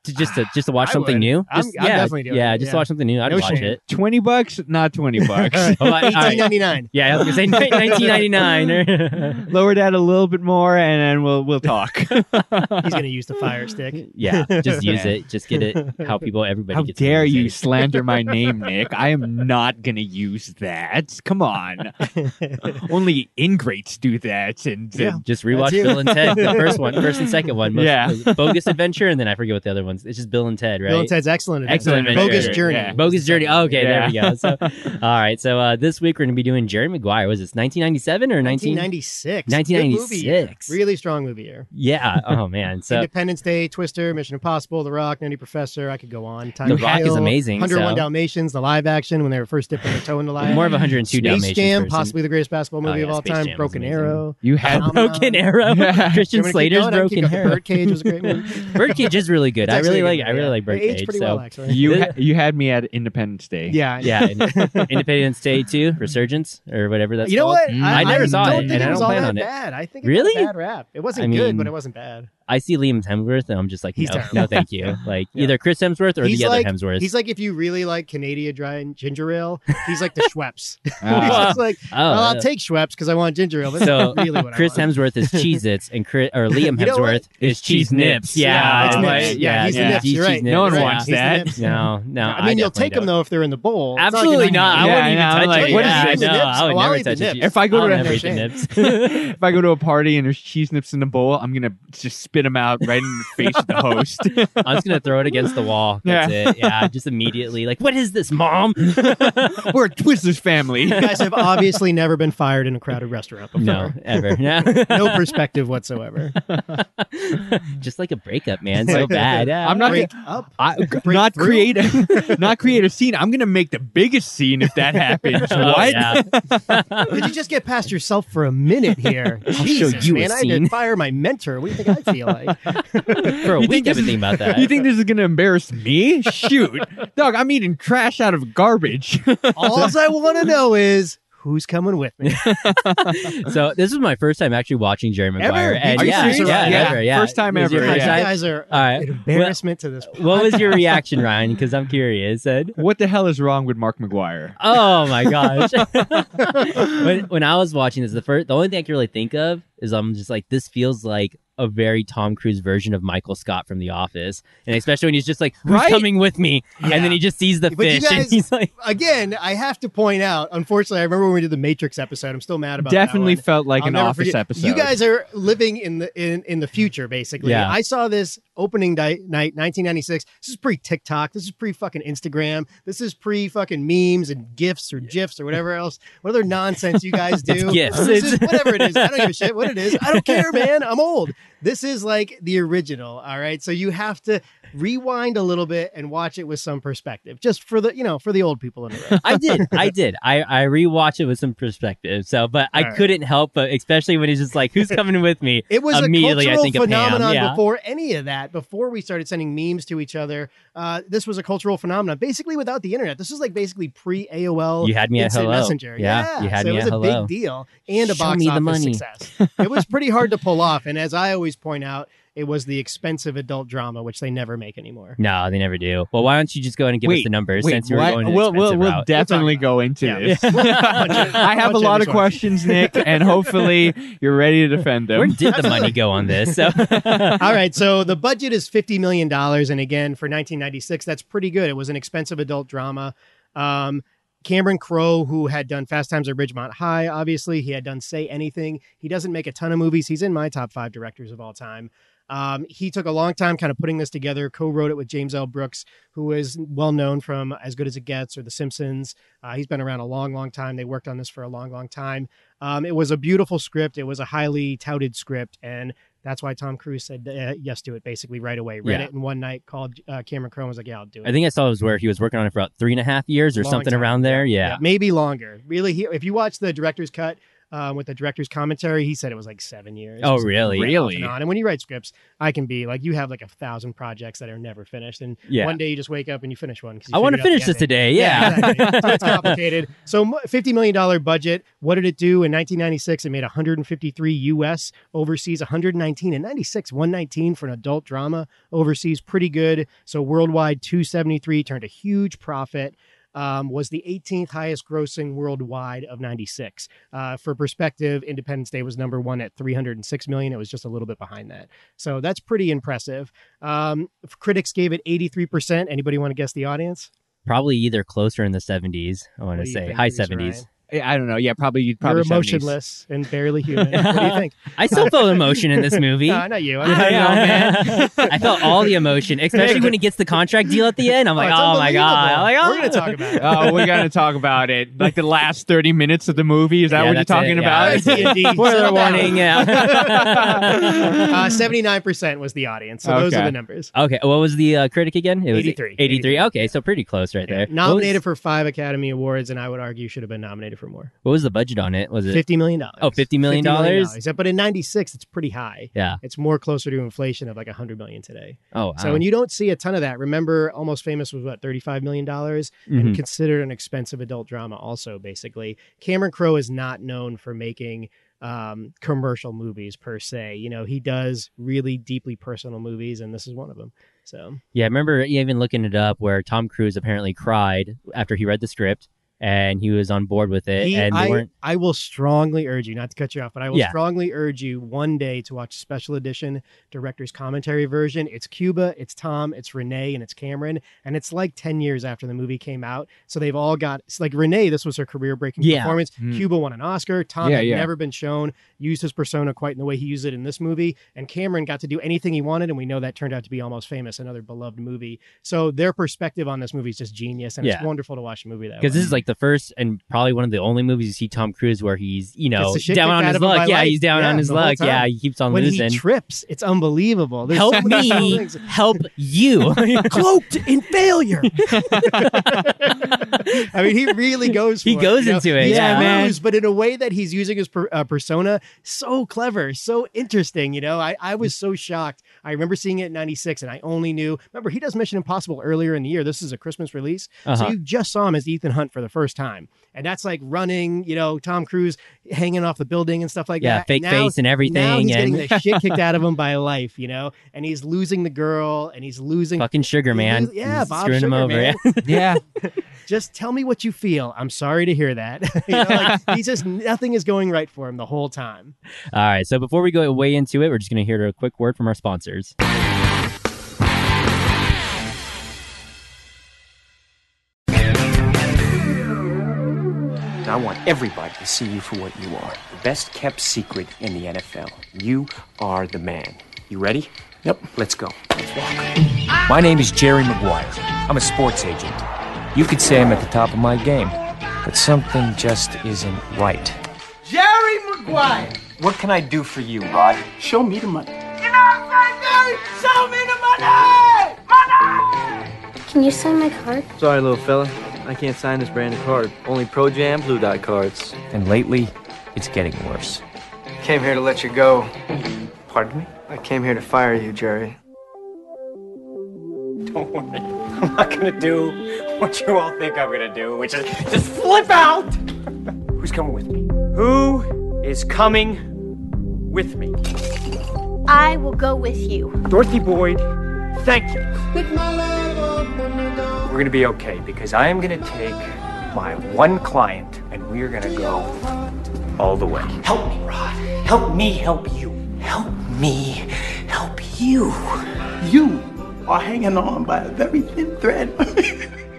Speaker 1: To, just to just to watch
Speaker 3: I
Speaker 1: something
Speaker 3: would.
Speaker 1: new.
Speaker 3: I'm-
Speaker 1: Just,
Speaker 3: I'm
Speaker 1: yeah,
Speaker 3: definitely doing
Speaker 1: yeah,
Speaker 3: it,
Speaker 1: just
Speaker 3: yeah.
Speaker 1: to watch something new. I'd
Speaker 3: No
Speaker 1: watch
Speaker 3: shame.
Speaker 1: it.
Speaker 2: 20 bucks, not 20 bucks.
Speaker 1: Oh, I- all right.
Speaker 3: 18.99.
Speaker 1: Yeah, I was gonna say nineteen ninety nine.
Speaker 2: Lower that a little bit more and then we'll we'll talk.
Speaker 3: He's going to use the fire stick.
Speaker 1: Yeah, just use
Speaker 2: Yeah.
Speaker 1: it. Just get it. How people, everybody.
Speaker 2: How
Speaker 1: gets to
Speaker 2: dare
Speaker 1: use
Speaker 2: you
Speaker 1: it.
Speaker 2: slander my name, Nick? I am not going to use that. Come on. Only ingrates do that. And
Speaker 3: Yeah.
Speaker 2: and-
Speaker 1: Just rewatch
Speaker 3: That's you.
Speaker 1: Bill and Ted, the first one, first and second one. Most,
Speaker 2: Yeah.
Speaker 1: bogus adventure, and then I forget what the other ones. It's just Bill and Ted, right?
Speaker 3: Bill and Ted's excellent. Adventure.
Speaker 1: Excellent
Speaker 3: Bogus
Speaker 1: Adventure,
Speaker 3: journey.
Speaker 2: yeah.
Speaker 1: Bogus journey. Oh, okay,
Speaker 2: Yeah.
Speaker 1: there we go. So, all right. So uh, this week we're gonna be doing Jerry Maguire. Was this nineteen ninety seven or nineteen?
Speaker 3: 1996.
Speaker 1: 1996.
Speaker 3: Good movie year. Really strong movie year.
Speaker 1: Yeah. Oh man. So
Speaker 3: Independence Day, Twister, Mission Impossible, The Rock, Nutty Professor. I could go on. Time
Speaker 1: The
Speaker 3: to
Speaker 1: Rock is
Speaker 3: Kill,
Speaker 1: amazing,
Speaker 3: 101
Speaker 1: so-
Speaker 3: Dalmatians, the live action when they were first dipping their toe in the live.
Speaker 1: more of 102
Speaker 3: Space
Speaker 1: Dalmatians.
Speaker 3: Jam,
Speaker 1: person.
Speaker 3: possibly the greatest basketball
Speaker 1: Oh,
Speaker 3: movie of
Speaker 1: yeah,
Speaker 3: all
Speaker 1: Space
Speaker 3: time.
Speaker 1: Jam was
Speaker 3: Broken
Speaker 1: amazing.
Speaker 3: Arrow.
Speaker 2: You had
Speaker 3: Um,
Speaker 1: Broken Arrow.
Speaker 2: Yeah.
Speaker 1: Christian
Speaker 3: Do you want me to keep
Speaker 1: Slater's
Speaker 3: going? I can keep
Speaker 1: Broken Arrow.
Speaker 3: going. Birdcage was a great movie.
Speaker 1: Birdcage is really good.
Speaker 3: It's
Speaker 1: I really
Speaker 3: actually a
Speaker 1: like.
Speaker 3: good
Speaker 1: I really
Speaker 3: movie,
Speaker 1: like
Speaker 3: yeah. It
Speaker 1: Birdcage.
Speaker 3: aged pretty
Speaker 1: So
Speaker 3: well, actually.
Speaker 2: you, ha- you had me at Independence Day.
Speaker 3: yeah,
Speaker 1: yeah, and Independence Day too, Resurgence or whatever that's.
Speaker 3: you know
Speaker 1: called.
Speaker 3: what?
Speaker 2: Mm.
Speaker 1: I never saw
Speaker 3: don't
Speaker 1: it,
Speaker 3: think
Speaker 1: and I
Speaker 3: was
Speaker 1: don't
Speaker 3: all
Speaker 1: plan
Speaker 3: that
Speaker 1: on it.
Speaker 3: Bad. I think it
Speaker 1: Really?
Speaker 3: got a bad rap. It wasn't
Speaker 1: I
Speaker 3: good, but
Speaker 1: mean,
Speaker 3: it wasn't bad.
Speaker 1: I see Liam Hemsworth, and I'm just like,
Speaker 3: He's
Speaker 1: no,
Speaker 3: terrible.
Speaker 1: no, thank you. Like
Speaker 3: Yeah.
Speaker 1: either Chris Hemsworth or
Speaker 3: He's
Speaker 1: the
Speaker 3: like-
Speaker 1: other Hemsworth.
Speaker 3: He's like if you really like Canadian dry and ginger ale, he's like the Schweppes. he's
Speaker 2: Ah.
Speaker 3: just like,
Speaker 1: oh,
Speaker 3: well,
Speaker 1: uh,
Speaker 3: I'll take Schweppes because I want ginger ale. That's
Speaker 1: So,
Speaker 3: not really what
Speaker 1: Chris
Speaker 3: I want.
Speaker 1: Hemsworth is Cheez Its, and Chris, or Liam
Speaker 3: You know what?
Speaker 1: Hemsworth is
Speaker 2: It's Cheese
Speaker 1: Cheese Nips.
Speaker 2: Nips. Yeah,
Speaker 1: Yeah,
Speaker 2: it's
Speaker 1: I'm
Speaker 2: Nips.
Speaker 1: like,
Speaker 3: Yeah, he's the Nips.
Speaker 1: he's
Speaker 3: You're
Speaker 1: Cheese
Speaker 3: right.
Speaker 1: Nips.
Speaker 2: No one
Speaker 1: Yeah.
Speaker 2: wants
Speaker 3: He's the
Speaker 2: that.
Speaker 3: Nips.
Speaker 1: No, no.
Speaker 3: I mean, you'll
Speaker 1: definitely
Speaker 3: take them
Speaker 1: don't.
Speaker 3: though if they're in the bowl. It's
Speaker 1: Absolutely
Speaker 3: like you're
Speaker 1: not. I
Speaker 2: Yeah,
Speaker 1: wouldn't
Speaker 2: I
Speaker 1: even
Speaker 2: know, I'm
Speaker 1: touch
Speaker 2: like,
Speaker 1: it.
Speaker 2: what is
Speaker 1: yeah, I
Speaker 2: this?
Speaker 1: know. I would
Speaker 3: Well, I'll
Speaker 1: never
Speaker 3: eat the
Speaker 1: touch it.
Speaker 3: nips.
Speaker 2: If I go to
Speaker 1: I'll
Speaker 2: a-
Speaker 1: never eat the nips.
Speaker 2: if I go to a party and there's cheese nips in the bowl, I'm gonna just spit them out right in the face of the host.
Speaker 1: I'm just gonna throw it against the wall. That's it. Yeah, just immediately. Like, what is this, mom?
Speaker 2: We're a Twizzlers family.
Speaker 3: You guys have obviously never been fired in a crowded restaurant before.
Speaker 1: no, ever. No.
Speaker 3: No perspective whatsoever.
Speaker 1: just like a breakup, man. So bad. Yeah.
Speaker 2: I'm not
Speaker 3: Break
Speaker 2: gonna,
Speaker 3: up.
Speaker 2: I, not
Speaker 3: through.
Speaker 2: create a, not create a scene. I'm gonna make the biggest scene if that happens.
Speaker 1: Oh,
Speaker 2: what?
Speaker 1: yeah.
Speaker 3: Could you just get past yourself for a minute here?
Speaker 1: show
Speaker 3: Jesus,
Speaker 1: you a
Speaker 3: man, I had to
Speaker 1: scene.
Speaker 3: fire my mentor. What do you think I feel like?
Speaker 1: For a
Speaker 2: You
Speaker 1: week, I've
Speaker 2: think this
Speaker 1: been
Speaker 2: is-
Speaker 1: thinking about that.
Speaker 2: You think this is gonna embarrass me? Shoot, dog! I'm eating trash out of garbage.
Speaker 3: All I want to know is who's coming with me.
Speaker 1: so this was my first time actually watching Jerry Maguire. And
Speaker 2: Are you
Speaker 1: yeah,
Speaker 2: serious?
Speaker 1: yeah,
Speaker 2: Yeah.
Speaker 1: ever, yeah.
Speaker 2: First time
Speaker 1: It was your
Speaker 2: ever,
Speaker 3: You
Speaker 1: first
Speaker 2: yeah.
Speaker 1: time?
Speaker 3: guys are
Speaker 1: All right.
Speaker 3: an embarrassment to this.
Speaker 1: What was your reaction, Ryan? Because I'm curious. And
Speaker 2: what the hell is wrong with Mark McGuire?
Speaker 1: oh my gosh, when when I was watching this, the first, the only thing I can really think of is I'm just like, this feels like a very Tom Cruise version of Michael Scott from The Office, and especially when he's just like, who's
Speaker 2: Right?
Speaker 1: coming with me?
Speaker 3: Yeah.
Speaker 1: And then he just sees the
Speaker 3: But you
Speaker 1: fish, and
Speaker 3: guys-
Speaker 1: he's like,
Speaker 3: Again, I have to point out. Unfortunately, I remember when we did the Matrix episode. I'm still mad about that
Speaker 2: Definitely
Speaker 3: one.
Speaker 2: felt like
Speaker 3: I'll
Speaker 2: an
Speaker 3: never
Speaker 2: office
Speaker 3: forget-
Speaker 2: episode.
Speaker 3: You guys are living in the in, in the future, basically.
Speaker 1: Yeah.
Speaker 3: I saw this opening di- night, 1996. This is pre TikTok. This is pre fucking Instagram. This is pre fucking memes and gifs or gifs or whatever else, whatever nonsense you guys do.
Speaker 1: It's GIFs.
Speaker 3: This is whatever it is. I don't give a shit what it is. I don't care, man. I'm old. This is like the original. All right, so you have to rewind a little bit and watch it with some perspective, just for the you know for the old people in the room.
Speaker 1: I did. I did. I, I rewatched it with some perspective. So, but I
Speaker 3: All right.
Speaker 1: couldn't help but, especially when he's just like, who's coming with me?
Speaker 3: It was a
Speaker 1: Immediately, I
Speaker 3: cultural
Speaker 1: think of Pam,
Speaker 3: phenomenon
Speaker 1: yeah.
Speaker 3: before any of that. Before we started sending memes to each other, uh, this was a cultural phenomenon. Basically, without the internet, this was like basically pre AOL
Speaker 1: You had me at
Speaker 3: instant
Speaker 1: hello.
Speaker 3: messenger.
Speaker 1: Yeah, you had
Speaker 3: so
Speaker 1: me
Speaker 3: it was
Speaker 1: at
Speaker 3: a
Speaker 1: hello.
Speaker 3: big deal and a
Speaker 1: Show
Speaker 3: box
Speaker 1: me the
Speaker 3: office
Speaker 1: money.
Speaker 3: success. it was pretty hard to pull off, and as I always point out, it was the expensive adult drama which they never make anymore.
Speaker 1: No, they never do. Well, why don't you just go in and give us
Speaker 2: Wait,
Speaker 1: the numbers
Speaker 2: Wait,
Speaker 1: since you're
Speaker 2: what?
Speaker 1: going to
Speaker 2: we'll,
Speaker 1: the
Speaker 2: we'll,
Speaker 1: expensive
Speaker 2: we'll
Speaker 1: route?
Speaker 2: definitely
Speaker 3: We'll talk
Speaker 2: go into
Speaker 3: Yeah.
Speaker 2: this.
Speaker 3: it-
Speaker 2: I have a
Speaker 3: punch it
Speaker 2: lot of
Speaker 3: this way.
Speaker 2: questions, Nick, and hopefully you're ready to defend them.
Speaker 1: Where did the money go on this? So,
Speaker 3: All right, so the budget is fifty million dollars, and again for nineteen ninety six, that's pretty good. It was an expensive adult drama. Um, Cameron Crowe, who had done Fast Times at Ridgemont High, obviously. He had done Say Anything. He doesn't make a ton of movies. He's in my top five directors of all time. Um, he took a long time kind of putting this together, co wrote it with James L. Brooks, who is well known from As Good as It Gets or The Simpsons. Uh, he's been around a long, long time. They worked on this for a long, long time. Um, it was a beautiful script. It was a highly touted script. And that's why Tom Cruise said uh, yes to it basically right away. Read
Speaker 1: Yeah.
Speaker 3: it in one night, called uh, Cameron Crowe and was like, yeah, I'll do it.
Speaker 1: I think I saw it was where he was working on it for about three and a half years or
Speaker 3: Long
Speaker 1: something
Speaker 3: time,
Speaker 1: around there.
Speaker 3: Yeah,
Speaker 1: Yeah.
Speaker 3: maybe longer. Really, he, if you watch the director's cut um, with the director's commentary, he said it was like seven years.
Speaker 1: Oh,
Speaker 3: or something,
Speaker 1: really?
Speaker 3: off and
Speaker 2: Really?
Speaker 3: on. And when you write scripts, I can be like, you have like a thousand projects that are never finished, and
Speaker 1: Yeah.
Speaker 3: one day you just wake up and you finish one. 'cause you
Speaker 1: I want to
Speaker 3: figured
Speaker 1: finish
Speaker 3: out the
Speaker 1: this
Speaker 3: ending.
Speaker 1: today. Yeah.
Speaker 3: exactly. so it's complicated. So mo- fifty million dollar budget. What did it do in 1996? It made 153 U.S. overseas, 119 and 96, 119 for an adult drama overseas. Pretty good. So worldwide, 273 turned a huge profit. Um, was the 18th highest grossing worldwide of 96. Uh, for perspective, Independence Day was number one at 306 million. It was just a little bit behind that. So that's pretty impressive. Um, critics gave it 83%. Anybody want to guess the audience?
Speaker 1: Probably either closer in the 70s, I want to
Speaker 3: What do you
Speaker 1: say.
Speaker 3: think
Speaker 1: High
Speaker 3: it is,
Speaker 1: 70s.
Speaker 3: Ryan?
Speaker 2: I I don't know. Yeah, probably you'd probably
Speaker 3: You're
Speaker 2: 70s.
Speaker 3: emotionless and barely human. what do you think?
Speaker 1: I still felt emotion in this movie.
Speaker 3: No, not you. Oh,
Speaker 2: I know, man.
Speaker 1: I felt all the emotion, especially when he gets the contract deal at the end. I'm like,
Speaker 3: it's
Speaker 1: oh, my god! I'm
Speaker 3: unbelievable.
Speaker 1: like, oh.
Speaker 3: We're gonna talk about it.
Speaker 2: Oh, we're gonna talk about it. Like the last thirty minutes of the movie. Is that
Speaker 1: Yeah,
Speaker 2: what you're
Speaker 1: that's it.
Speaker 2: talking
Speaker 1: Yeah,
Speaker 2: about?
Speaker 1: that's it.
Speaker 3: Indeed.
Speaker 1: Spoiler
Speaker 3: Settle down.
Speaker 1: warning. Yeah.
Speaker 3: Uh, 79% was the audience. So those are
Speaker 2: Okay.
Speaker 3: the numbers.
Speaker 1: okay, what was the uh, critic again? It was
Speaker 3: 83.
Speaker 1: 83. Okay, so pretty close right there.
Speaker 3: Nominated
Speaker 1: What was,
Speaker 3: for five Academy Awards, and I would argue should have been nominated for more.
Speaker 1: what was the budget on it? Was it?
Speaker 3: $50 million.
Speaker 1: Oh, $50 million?
Speaker 3: But in 96, it's pretty high.
Speaker 1: Yeah.
Speaker 3: It's more closer to inflation of like 100 million today.
Speaker 1: Oh, wow.
Speaker 3: So when you don't see a ton of that, remember Almost Famous was what, $35 million?
Speaker 1: Mhm.
Speaker 3: and considered an expensive adult drama also basically cameron crowe is not known for making um commercial movies per se you know he does really deeply personal movies and this is one of them so
Speaker 1: Yeah, I remember even looking it up where Tom Cruise apparently cried after he read the script and he was on board with it
Speaker 3: He-
Speaker 1: and they
Speaker 3: I,
Speaker 1: weren't
Speaker 3: I will strongly urge you not to cut you off but i will
Speaker 1: Yeah.
Speaker 3: strongly urge you one day to watch special edition director's commentary version it's cuba it's tom it's renee and it's cameron and it's like 10 years after the movie came out so they've all got it's like renee this was her career breaking
Speaker 1: Yeah. Mm.
Speaker 3: performance
Speaker 2: Hmm.
Speaker 3: cuba won an oscar tom
Speaker 2: Yeah,
Speaker 3: had
Speaker 2: yeah.
Speaker 3: never been shown used his persona quite in the way he used it in this movie and cameron got to do anything he wanted and we know that turned out to be almost famous another beloved movie so their perspective on this movie is just genius and it's
Speaker 1: Yeah.
Speaker 3: wonderful to watch a movie that
Speaker 1: because
Speaker 3: way.
Speaker 1: this is like the first and probably one of the only movies you see Tom Cruise where he's, you
Speaker 3: Gets
Speaker 1: know,
Speaker 3: the shit
Speaker 1: down
Speaker 3: kicked
Speaker 1: on
Speaker 3: out
Speaker 1: his
Speaker 3: of him by
Speaker 1: luck. Yeah,
Speaker 3: life.
Speaker 1: he's down
Speaker 3: Yeah,
Speaker 1: on his
Speaker 3: the whole
Speaker 1: luck.
Speaker 3: time.
Speaker 1: Yeah, he keeps on
Speaker 3: when
Speaker 1: losing.
Speaker 3: he trips, it's unbelievable. There's so
Speaker 1: help
Speaker 3: many special
Speaker 1: me,
Speaker 3: things.
Speaker 1: help you.
Speaker 3: cloaked in failure. I mean, he really goes. For
Speaker 1: He
Speaker 3: it,
Speaker 1: goes
Speaker 3: you know?
Speaker 1: into it,
Speaker 3: He's
Speaker 1: yeah.
Speaker 3: Cruise, but in a way that he's using his per, uh, persona, so clever, so interesting. You know, I, I was so shocked. I remember seeing it in '96, and I only knew. Remember, he does Mission Impossible earlier in the year. This is a Christmas release, so
Speaker 1: Uh-huh.
Speaker 3: you just saw him as Ethan Hunt for the first time, and that's like running. You know, Tom Cruise hanging off the building and stuff like
Speaker 1: yeah,
Speaker 3: that.
Speaker 1: fake
Speaker 3: Now
Speaker 1: face and everything
Speaker 3: now he's
Speaker 1: and
Speaker 3: getting the shit kicked out of him by life, you know, and he's losing the girl, and he's losing.
Speaker 1: fucking sugar man.
Speaker 3: Yeah,
Speaker 1: He's
Speaker 3: Bob
Speaker 1: screwing him
Speaker 3: Sugar
Speaker 1: over.
Speaker 3: Man.
Speaker 1: Yeah.
Speaker 2: yeah.
Speaker 3: Just tell me what you feel. I'm sorry to hear that. you know, like, he's just nothing is going right for him the whole time.
Speaker 1: All right, so before we go way into it, we're just going to hear a quick word from our sponsors.
Speaker 4: And I want everybody to see you for what you are the best kept secret in the NFL. You are the man. You ready? Yep. Let's go. Let's walk. My name is Jerry Maguire. I'm a sports agent. You could say I'm at the top of my game, but something just isn't right.
Speaker 5: Jerry Maguire.
Speaker 4: What can I do for you, Rod?
Speaker 5: Show me the money. You know what I'm saying, Jerry? Show me the money! Money!
Speaker 6: Can you sign my card?
Speaker 7: Sorry, little fella. I can't sign this brand of card. Only Pro Jam Blue Dot cards.
Speaker 4: And lately, it's getting worse.
Speaker 7: Came here to let you go.
Speaker 4: Pardon me?
Speaker 7: I came here to fire you, Jerry.
Speaker 4: Don't worry. I'm not gonna do what you all think I'm gonna do, which is just flip out! Who's coming with me? Who is coming with me?
Speaker 6: I will go with you.
Speaker 4: Dorothy Boyd, thank you. We're gonna be okay because I am gonna take my one client and we are gonna go all the way. Help me, Rod. Help me help you. Help me help you.
Speaker 5: You are hanging on by a very thin thread.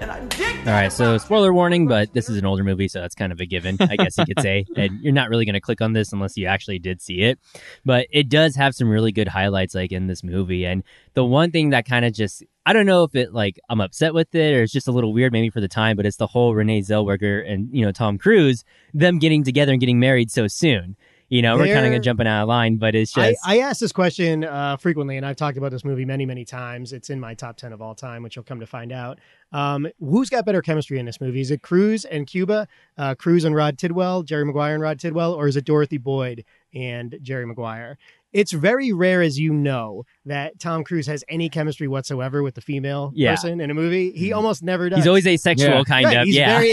Speaker 5: and I dig
Speaker 1: All right, so spoiler warning, but this is an older movie, so that's kind of a given. I guess you could say. And you're not really going to click on this unless you actually did see it. But it does have some really good highlights, like in this movie. And the one thing that kind of just, I don't know if it, like, I'm upset with it or it's just a little weird maybe for the time, but it's the whole Renee Zellweger and, you know, Tom Cruise, them getting together and getting married so soon. You know, we're kind
Speaker 3: They're-
Speaker 1: of jumping out of line, but it's just.
Speaker 3: I, I asked this question uh, frequently, and I've talked about this movie many, many times. It's in my top 10 of all time, which you'll come to find out. Um, who's got better chemistry in this movie? Is it Cruz and Cuba, uh, Cruz and Rod Tidwell, Jerry Maguire and Rod Tidwell, or is it Dorothy Boyd and Jerry Maguire? It's very rare, as you know, that Tom Cruise has any chemistry whatsoever with the female
Speaker 1: Yeah. Mm-hmm.
Speaker 3: person in a movie. He almost never does.
Speaker 1: He's always asexual,
Speaker 2: Yeah.
Speaker 1: kind
Speaker 3: Right,
Speaker 1: of.
Speaker 3: He's
Speaker 1: yeah.
Speaker 3: very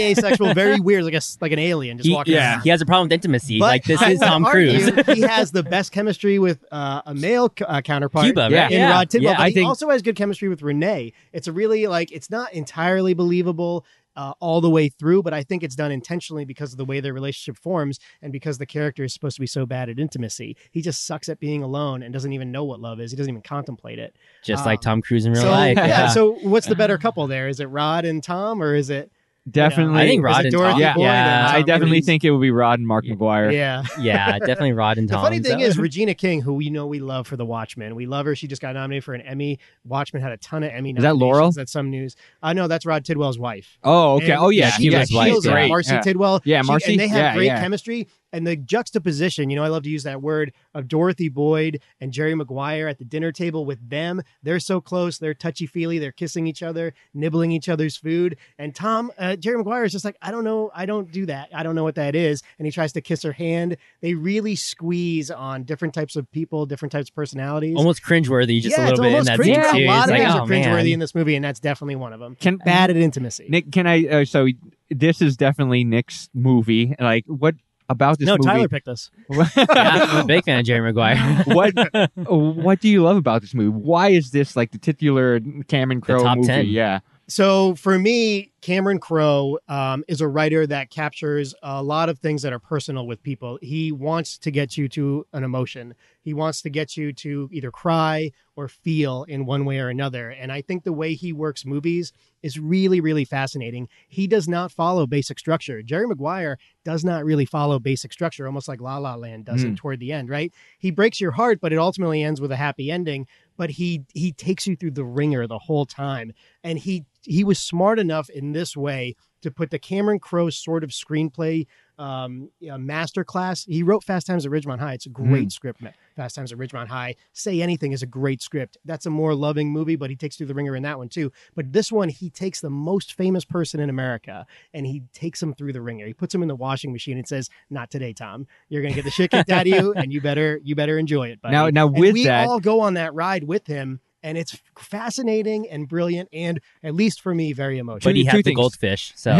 Speaker 3: asexual, very weird, like a s- like an alien just
Speaker 1: he,
Speaker 3: walking.
Speaker 2: yeah.
Speaker 3: around.
Speaker 1: he has a problem with intimacy.
Speaker 3: But
Speaker 1: like, this
Speaker 3: I
Speaker 1: is
Speaker 3: would
Speaker 1: Tom
Speaker 3: argue
Speaker 1: Cruise.
Speaker 3: he has the best chemistry with uh, a male c- uh, counterpart
Speaker 1: Cuba,
Speaker 2: Yeah.
Speaker 1: right?
Speaker 3: in Rod Tidwell,
Speaker 2: Yeah,
Speaker 3: but
Speaker 2: I
Speaker 3: he
Speaker 2: think-
Speaker 3: also has good chemistry with Renee. It's a really like it's not entirely believable uh, all the way through, but I think it's done intentionally because of the way their relationship forms and because the character is supposed to be so bad at intimacy. He just sucks at being alone and doesn't even know what love is. He doesn't even contemplate it.
Speaker 1: Just
Speaker 3: Um,
Speaker 1: like Tom Cruise in real
Speaker 3: so
Speaker 1: life.
Speaker 3: yeah,
Speaker 1: yeah.
Speaker 3: So what's the better couple there? Is it Rod and Tom, or is it?
Speaker 2: Definitely.
Speaker 1: I think
Speaker 3: Is
Speaker 1: Rod
Speaker 3: it
Speaker 1: and
Speaker 3: Dorothy
Speaker 1: Tom.
Speaker 2: Yeah,
Speaker 3: Boyd and
Speaker 1: yeah,
Speaker 3: Tom
Speaker 2: I definitely
Speaker 3: Cruise?
Speaker 2: think it would be Rod and Mark
Speaker 1: Yeah.
Speaker 2: McGuire.
Speaker 3: Yeah.
Speaker 1: yeah, definitely Rod and
Speaker 3: The
Speaker 1: Tom.
Speaker 3: funny thing
Speaker 1: so-
Speaker 3: is Regina King, who we know we love for The Watchmen. We love her. She just got nominated for an Emmy. Watchmen had a ton of Emmy.
Speaker 2: Is that
Speaker 3: nominations.
Speaker 2: Laurel?
Speaker 3: That's some news. I uh, know that's Rod Tidwell's wife.
Speaker 2: Oh, okay.
Speaker 3: And
Speaker 2: oh, yeah.
Speaker 1: yeah, she was
Speaker 2: she
Speaker 1: white,
Speaker 2: was
Speaker 3: kills it.
Speaker 1: yeah.
Speaker 2: great.
Speaker 3: Marcy
Speaker 2: Yeah.
Speaker 3: Tidwell.
Speaker 2: Yeah,
Speaker 3: She-
Speaker 2: Marcy-
Speaker 3: and they have
Speaker 2: yeah,
Speaker 3: great
Speaker 2: yeah.
Speaker 3: chemistry and the juxtaposition. You know, I love to use that word of Dorothy Boyd and Jerry Maguire at the dinner table with them. They're so close. They're touchy feely. They're kissing each other, nibbling each other's food. And Tom, uh, Jerry Maguire is just like, I don't know. I don't do that. I don't know what that is. And he tries to kiss her hand. They really squeeze on different types of people, different types of personalities.
Speaker 1: almost cringeworthy, just a little bit in
Speaker 3: almost
Speaker 1: that
Speaker 3: cringe.
Speaker 1: scene too.
Speaker 3: A
Speaker 1: It's
Speaker 3: lot of
Speaker 1: like,
Speaker 3: things
Speaker 1: oh,
Speaker 3: are cringeworthy
Speaker 1: man.
Speaker 3: in this movie, and that's definitely one of them.
Speaker 2: Can
Speaker 3: Bad at intimacy.
Speaker 2: Nick, can I? Uh, so this is definitely Nick's movie. Like, what about this
Speaker 3: no,
Speaker 2: movie?
Speaker 3: Tyler picked this.
Speaker 1: Yeah, I'm a big fan of Jerry Maguire.
Speaker 2: what What do you love about this movie? Why is this like the titular Cameron Crowe
Speaker 1: top
Speaker 2: movie?
Speaker 1: 10.
Speaker 2: Yeah,
Speaker 3: So for me, Cameron Crowe um, is a writer that captures a lot of things that are personal with people. He wants to get you to an emotion. He wants to get you to either cry or feel in one way or another. And I think the way he works movies is really, really fascinating. He does not follow basic structure. Jerry Maguire does not really follow basic structure, almost like La La Land does it toward the end, right? He breaks your heart, but it ultimately ends with a happy ending. But he he takes you through the ringer the whole time and he he was smart enough in this way to put the Cameron Crowe sort of screenplay um, you know, masterclass. He wrote Fast Times at Ridgemont High. It's a
Speaker 2: Hmm.
Speaker 3: great script. ma- Fast Times at Ridgemont High. Say Anything is a great script. That's a more loving movie, but he takes through the ringer in that one too. But this one, he takes the most famous person in America and he takes him through the ringer. He puts him in the washing machine and says, "Not today, Tom. You're gonna get the shit kicked out of you, and you better you better enjoy it." Buddy.
Speaker 2: Now- now
Speaker 3: And
Speaker 2: with
Speaker 3: we
Speaker 2: that-
Speaker 3: all go on that ride with him. And it's fascinating and brilliant, and at least for me, very emotional.
Speaker 1: but he
Speaker 2: two
Speaker 1: had the
Speaker 2: things.
Speaker 1: goldfish, so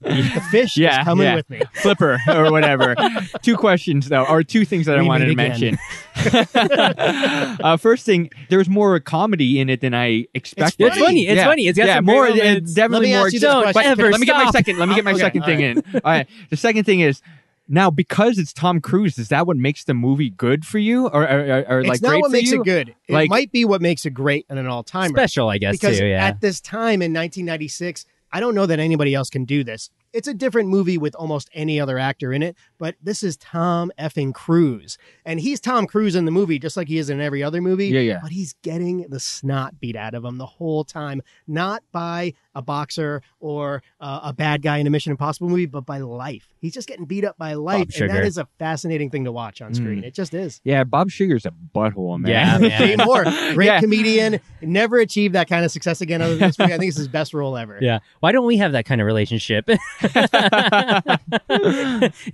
Speaker 3: The fish
Speaker 2: Yeah,
Speaker 3: is coming
Speaker 2: yeah.
Speaker 3: with me.
Speaker 2: Flipper or whatever. two questions though, or two things that I
Speaker 3: We
Speaker 2: wanted to
Speaker 3: meet again.
Speaker 2: mention. uh, first thing, there's more comedy in it than I expected.
Speaker 1: It's funny, it's
Speaker 2: Yeah.
Speaker 1: funny, it's got
Speaker 2: yeah,
Speaker 1: some
Speaker 2: more.
Speaker 1: great
Speaker 2: uh,
Speaker 1: moments.
Speaker 3: Let
Speaker 2: definitely
Speaker 3: me
Speaker 2: more.
Speaker 3: ask you this
Speaker 2: Don't
Speaker 3: question.
Speaker 2: but-
Speaker 1: ever
Speaker 2: let me get my
Speaker 1: stop.
Speaker 2: second. Let me get my
Speaker 3: Okay,
Speaker 2: second
Speaker 3: all
Speaker 2: thing in. All right. The second thing is. Now, because it's Tom Cruise, is that what makes the movie good for you, or, or, or, or, like
Speaker 3: it's not
Speaker 2: great
Speaker 3: what
Speaker 2: for
Speaker 3: makes
Speaker 2: you?
Speaker 3: it good. It
Speaker 2: Like-
Speaker 3: might be what makes it great and an all-timer.
Speaker 1: special, I guess
Speaker 3: because
Speaker 1: too. Yeah,
Speaker 3: at this time in 1996 i don't know that anybody else can do this it's a different movie with almost any other actor in it but this is tom effing cruise and he's tom cruise in the movie just like he is in every other movie
Speaker 2: Yeah, yeah.
Speaker 3: but he's getting the snot beat out of him the whole time not by a boxer or uh, a bad guy in a mission impossible movie but by life he's just getting beat up by life and
Speaker 1: Sugar. Mm.
Speaker 3: that is a fascinating thing to watch on screen it just is
Speaker 2: Yeah, Bob Sugar's a butthole, man.
Speaker 1: Yeah,
Speaker 3: Dane Moore, great
Speaker 2: Yeah.
Speaker 3: comedian, never achieved that kind of success again. Other than this movie, I think it's his best role ever.
Speaker 1: yeah. Why don't we have that kind of relationship?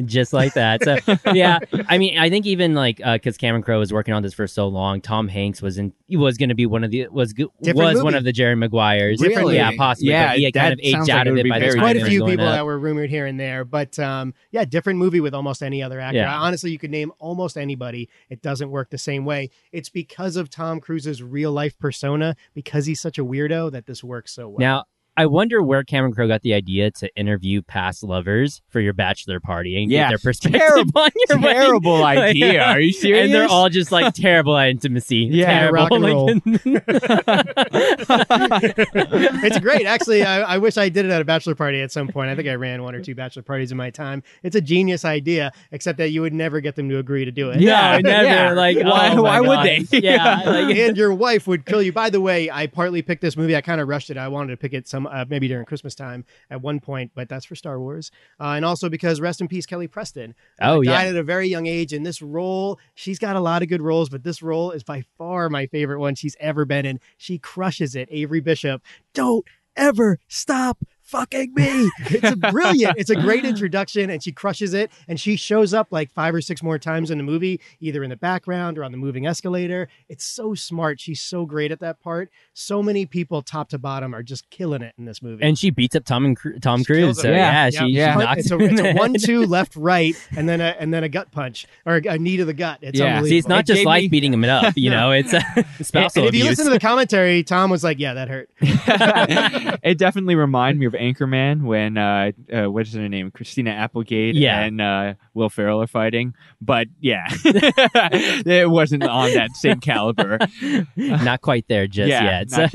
Speaker 1: Just like that. So yeah, I mean, I think even like because Cameron Crowe was working on this for so long, Tom Hanks was in he was going to be one of the was go- was
Speaker 3: Different
Speaker 1: one
Speaker 3: movie.
Speaker 1: of the Jerry Maguires.
Speaker 3: Different
Speaker 1: Yeah,
Speaker 3: movie.
Speaker 1: possibly.
Speaker 2: Yeah,
Speaker 1: but he had kind
Speaker 2: that
Speaker 1: of aged
Speaker 2: sounds like
Speaker 1: out
Speaker 2: it
Speaker 1: of
Speaker 2: would
Speaker 1: it
Speaker 2: be
Speaker 1: by the
Speaker 2: very
Speaker 3: There's
Speaker 1: time.
Speaker 3: quite
Speaker 1: he
Speaker 3: a
Speaker 1: was
Speaker 3: few
Speaker 1: going
Speaker 3: people
Speaker 1: up.
Speaker 3: that were rumored here and there, but um, yeah, different movie with almost any other actor.
Speaker 1: Yeah.
Speaker 3: Honestly, you could name almost anybody. It doesn't work the same way. It's because of Tom Cruise's real life persona, because he's such a weirdo, that this works so well.
Speaker 1: Now, I wonder where Cameron Crowe got the idea to interview past lovers for your bachelor party and
Speaker 2: Yeah.
Speaker 1: get their perspective
Speaker 2: Terrible-
Speaker 1: on your wedding.
Speaker 2: Terrible
Speaker 1: Yeah.
Speaker 2: idea. Are you serious?
Speaker 1: And they're all just like terrible at intimacy.
Speaker 2: Yeah,
Speaker 1: terrible.
Speaker 3: rock and
Speaker 1: Like-
Speaker 3: roll.
Speaker 1: yeah,
Speaker 3: it's great. Actually, I, I wish I did it at a bachelor party at some point. I think I ran one or two bachelor parties in my time. It's a genius idea, except that you would never get them to agree to do it.
Speaker 2: Yeah,
Speaker 1: no, never.
Speaker 2: yeah.
Speaker 1: Like,
Speaker 2: Why-
Speaker 1: oh my
Speaker 2: why would
Speaker 1: God.
Speaker 2: they?
Speaker 1: Yeah, like,
Speaker 3: and your wife would kill you. By the way, I partly picked this movie. I kind of rushed it. I wanted to pick it some uh, maybe during Christmas time at one point, but that's for Star Wars. Uh, and also because rest in peace, Kelly Preston. uh,
Speaker 1: Oh, yeah.
Speaker 3: died at a very young age. And this role, she's got a lot of good roles, but this role is by far my favorite one she's ever been in. She crushes it. Avery Bishop, don't ever stop. Fucking me. It's a brilliant. It's a great introduction, and she crushes it. And she shows up like five or six more times in the movie, either in the background or on the moving escalator. It's so smart. She's so great at that part. So many people, top to bottom, are just killing it in this movie.
Speaker 1: and she beats up Tom and Cru- Tom
Speaker 3: She
Speaker 1: Cruise.
Speaker 3: kills
Speaker 1: So
Speaker 3: him.
Speaker 1: yeah,
Speaker 3: Yeah.
Speaker 1: she,
Speaker 2: Yeah.
Speaker 1: she knocks
Speaker 3: it's a,
Speaker 1: him in
Speaker 3: it's a
Speaker 1: the head.
Speaker 3: one-two left, right, and then a and then a gut punch or a, a knee to the gut. It's
Speaker 2: Yeah.
Speaker 3: unbelievable.
Speaker 1: See, it's not
Speaker 2: It
Speaker 1: just
Speaker 2: gave
Speaker 1: like
Speaker 2: me-
Speaker 1: beating him up, you know. It's uh, spousal
Speaker 3: And if you
Speaker 1: abuse.
Speaker 3: listen to the commentary, Tom was like, "Yeah, that hurt."
Speaker 2: it definitely reminded me of Anchorman when uh, uh what's her name, Christina Applegate
Speaker 1: Yeah.
Speaker 2: and uh, Will Ferrell are fighting. But yeah, it wasn't on that same caliber.
Speaker 1: not quite there just
Speaker 2: yeah,
Speaker 1: yet. So-
Speaker 2: not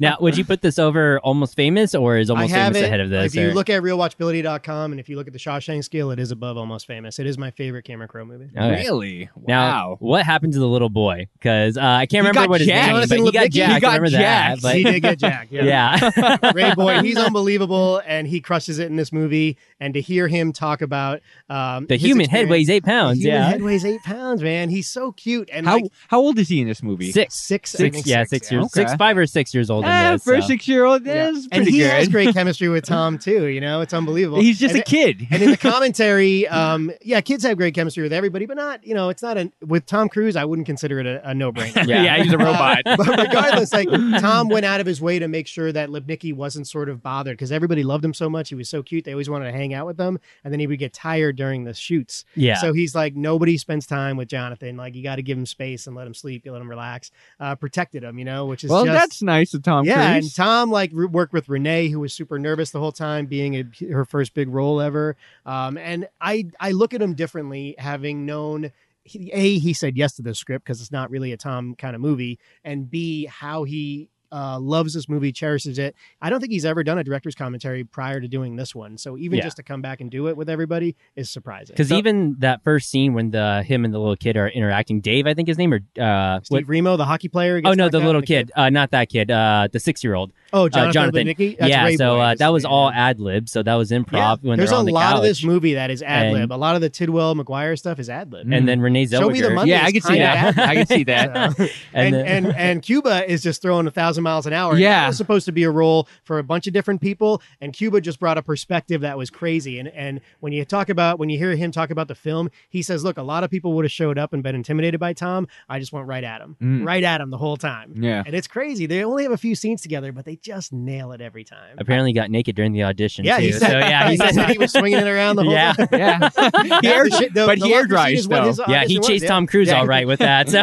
Speaker 1: now, would you put this over Almost Famous, or is Almost
Speaker 3: I have
Speaker 1: Famous
Speaker 3: it.
Speaker 1: ahead of this?
Speaker 3: If you
Speaker 1: or-
Speaker 3: look at realwatchability.com and if you look at the Shawshank scale, it is above Almost Famous. It is my favorite Cameron Crowe movie.
Speaker 1: Okay.
Speaker 2: Really? Wow.
Speaker 1: Now, what happened to the little boy? Because uh, I can't remember
Speaker 2: got
Speaker 1: what his
Speaker 2: jacked.
Speaker 1: name is, but
Speaker 3: Jonathan
Speaker 1: he got
Speaker 3: Levicki.
Speaker 1: jacked.
Speaker 2: He got
Speaker 1: I remember
Speaker 2: jacked.
Speaker 1: that.
Speaker 3: he
Speaker 1: But
Speaker 3: did get jacked. Yeah.
Speaker 1: yeah,
Speaker 3: Ray Boy, he's unbelievable, and he crushes it in this movie. And to hear him talk about um,
Speaker 1: the
Speaker 3: his
Speaker 1: human head
Speaker 3: experience-
Speaker 1: weighs eight
Speaker 3: the
Speaker 1: pounds.
Speaker 3: human
Speaker 1: Yeah,
Speaker 3: head weighs eight pounds, man. He's so cute, and
Speaker 2: how
Speaker 3: like,
Speaker 2: how old is he in this movie?
Speaker 1: six,
Speaker 3: six, I
Speaker 1: six,
Speaker 3: think
Speaker 1: yeah, six
Speaker 2: yeah.
Speaker 1: years,
Speaker 2: Okay.
Speaker 1: six, five or six years old.
Speaker 2: Ah,
Speaker 1: in this,
Speaker 2: for a
Speaker 1: so.
Speaker 2: six year old,
Speaker 3: Yeah.
Speaker 2: that's
Speaker 3: and
Speaker 2: pretty
Speaker 3: he
Speaker 2: good.
Speaker 3: has great chemistry with Tom too. You know, it's unbelievable.
Speaker 2: He's just
Speaker 3: and,
Speaker 2: a kid.
Speaker 3: and in the commentary, um, yeah, kids have great chemistry with everybody, but not you know, it's not a with Tom Cruise. I wouldn't consider it a, a no brainer.
Speaker 1: Yeah.
Speaker 2: he's a robot.
Speaker 3: but regardless, like Tom went out of his way to make sure that Lipnicki wasn't sort of bothered because everybody loved him so much. He was so cute; they always wanted to hang out with him. And then he would get tired during the shoots,
Speaker 1: yeah.
Speaker 3: so he's like, nobody spends time with Jonathan. Like, you got to give him space and let him sleep. You let him relax. Uh, protected him, you know, which is
Speaker 2: well,
Speaker 3: just,
Speaker 2: that's nice of Tom
Speaker 3: yeah. And
Speaker 2: Cruise.
Speaker 3: Tom like re- worked with Renee, who was super nervous the whole time, being a, her first big role ever. Um, and I I look at him differently, having known. He, a he said yes to this script because it's not really a Tom kind of movie, and B how he uh, loves this movie, cherishes it. I don't think he's ever done a director's commentary prior to doing this one, so even
Speaker 1: Yeah.
Speaker 3: just to come back and do it with everybody is surprising.
Speaker 1: Because
Speaker 3: So-
Speaker 1: even that first scene when the him and the little kid are interacting, Dave, I think his name, or uh, what-
Speaker 3: Steve Remo, the hockey player. who
Speaker 1: Oh
Speaker 3: gets
Speaker 1: no,
Speaker 3: knocked
Speaker 1: the
Speaker 3: out in
Speaker 1: little kid, Uh, not that kid, uh, the six-year-old.
Speaker 3: Oh,
Speaker 1: Jonathan
Speaker 3: Jonathan,
Speaker 1: Jonathan.
Speaker 3: Linicki? That's
Speaker 1: Yeah,
Speaker 3: Ray
Speaker 1: so
Speaker 3: Boy,
Speaker 1: uh,
Speaker 3: his
Speaker 1: that was
Speaker 3: name.
Speaker 1: all ad lib, so that was improv when
Speaker 3: There's
Speaker 1: they're
Speaker 3: a
Speaker 1: on the
Speaker 3: lot of this
Speaker 1: couch.
Speaker 3: movie that is ad lib.
Speaker 1: And-
Speaker 3: a lot of the Tidwell McGuire stuff is ad lib.
Speaker 1: and then Renee Zellweger.
Speaker 3: Mm-hmm. Show me the money.
Speaker 2: Yeah,
Speaker 3: is
Speaker 2: I can see
Speaker 3: kinda
Speaker 2: that.
Speaker 3: ad-lib.
Speaker 2: I can see that.
Speaker 3: So-
Speaker 1: And
Speaker 3: and,
Speaker 1: then-
Speaker 3: and, and Cuba is just throwing a thousand miles an hour. And
Speaker 2: Yeah.
Speaker 3: that was supposed to be a role for a bunch of different people, and Cuba just brought a perspective that was crazy. And and when you talk about when you hear him talk about the film, he says, "Look, a lot of people would have showed up and been intimidated by Tom. I just went right at him,
Speaker 2: Mm.
Speaker 3: right at him the whole time."
Speaker 2: Yeah.
Speaker 3: And it's crazy. They only have a few scenes together, but they just nail it every time.
Speaker 1: apparently got naked during the audition.
Speaker 3: Yeah,
Speaker 1: too.
Speaker 3: he said,
Speaker 1: so yeah, he said,
Speaker 3: he was swinging it around the whole
Speaker 1: yeah,
Speaker 3: time.
Speaker 2: Yeah. He air-
Speaker 3: The shit- the-
Speaker 2: but
Speaker 3: the
Speaker 2: he air
Speaker 3: last scene
Speaker 2: dries
Speaker 3: is what
Speaker 2: though.
Speaker 3: his
Speaker 1: yeah, he
Speaker 3: audition was,
Speaker 1: chased
Speaker 3: yeah.
Speaker 1: Tom Cruise
Speaker 3: Yeah.
Speaker 1: all right with that. so.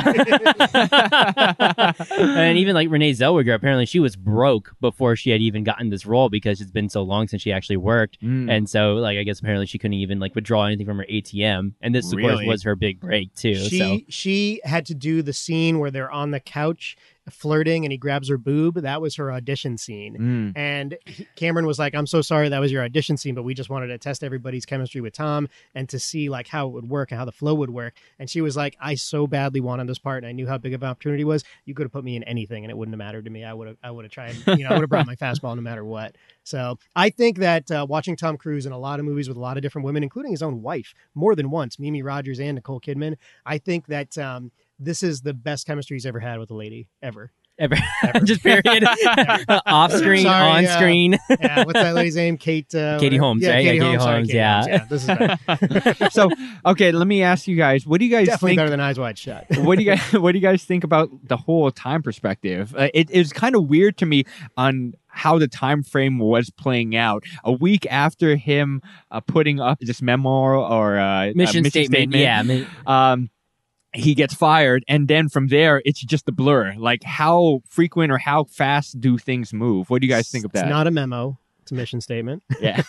Speaker 1: and even like Renee Zellweger, apparently she was broke before she had even gotten this role because it's been so long since she actually worked.
Speaker 3: Hmm.
Speaker 2: Mm.
Speaker 1: And so, like, I guess apparently she couldn't even like withdraw anything from her ATM, and this of course
Speaker 2: Really?
Speaker 1: was her big break too.
Speaker 3: She
Speaker 1: so
Speaker 3: she had to do the scene where they're on the couch flirting and he grabs her boob. That was her audition scene.
Speaker 1: Mm-hmm.
Speaker 2: Mm.
Speaker 3: And he- Cameron was like, "I'm so sorry that was your audition scene, but we just wanted to test everybody's chemistry with Tom and to see like how it would work and how the flow would work." And she was like, "I so badly wanted this part, and I knew how big of an opportunity it was. You could have put me in anything, and it wouldn't have mattered to me. I would have, I would have tried. You know, I would have brought my fastball no matter what." So I think that uh, watching Tom Cruise in a lot of movies with a lot of different women, including his own wife, more than once, Mimi Rogers and Nicole Kidman, I think that um, this is the best chemistry he's ever had with a lady ever.
Speaker 1: ever, just period, off screen,
Speaker 3: Sorry,
Speaker 1: on
Speaker 3: uh,
Speaker 1: screen.
Speaker 3: Yeah, what's that lady's name? Kate. Uh,
Speaker 1: Katie
Speaker 3: whatever.
Speaker 1: Holmes,
Speaker 3: Yeah,
Speaker 1: right?
Speaker 3: Katie,
Speaker 1: Yeah, Katie
Speaker 3: Holmes. sorry,
Speaker 1: Holmes,
Speaker 3: Katie
Speaker 1: yeah.
Speaker 3: Holmes. Yeah, this is better.
Speaker 2: Uh, so okay, let me ask you guys. What do you guys
Speaker 3: definitely
Speaker 2: think?
Speaker 3: better than Eyes Wide Shut.
Speaker 2: what do you guys what do you guys think about the whole time perspective uh, it is kind of weird to me on how the time frame was playing out a week after him uh, putting up this memoir or uh, uh,
Speaker 1: Mission, statement, yeah. I mean,
Speaker 2: um he gets fired and then from there it's just a blur like how frequent or how fast do things move what do you guys think of that
Speaker 3: It's not a memo. It's a mission statement.
Speaker 2: yeah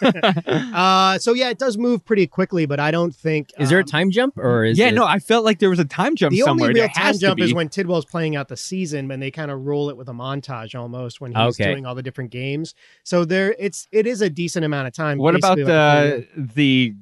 Speaker 3: Uh, so yeah, it does move pretty quickly, but I don't think
Speaker 1: Is there a
Speaker 3: um,
Speaker 1: time jump or is
Speaker 2: yeah
Speaker 1: it-
Speaker 2: no i felt like there was a time jump
Speaker 3: The
Speaker 2: somewhere
Speaker 3: only real
Speaker 2: There
Speaker 3: time
Speaker 2: has to
Speaker 3: jump is
Speaker 2: be.
Speaker 3: when Tidwell's playing out the season, and they kind of roll it with a montage almost when he's
Speaker 1: Okay.
Speaker 3: doing all the different games. So there, it's it is a decent amount of time.
Speaker 2: what about
Speaker 3: basically, like,
Speaker 2: the the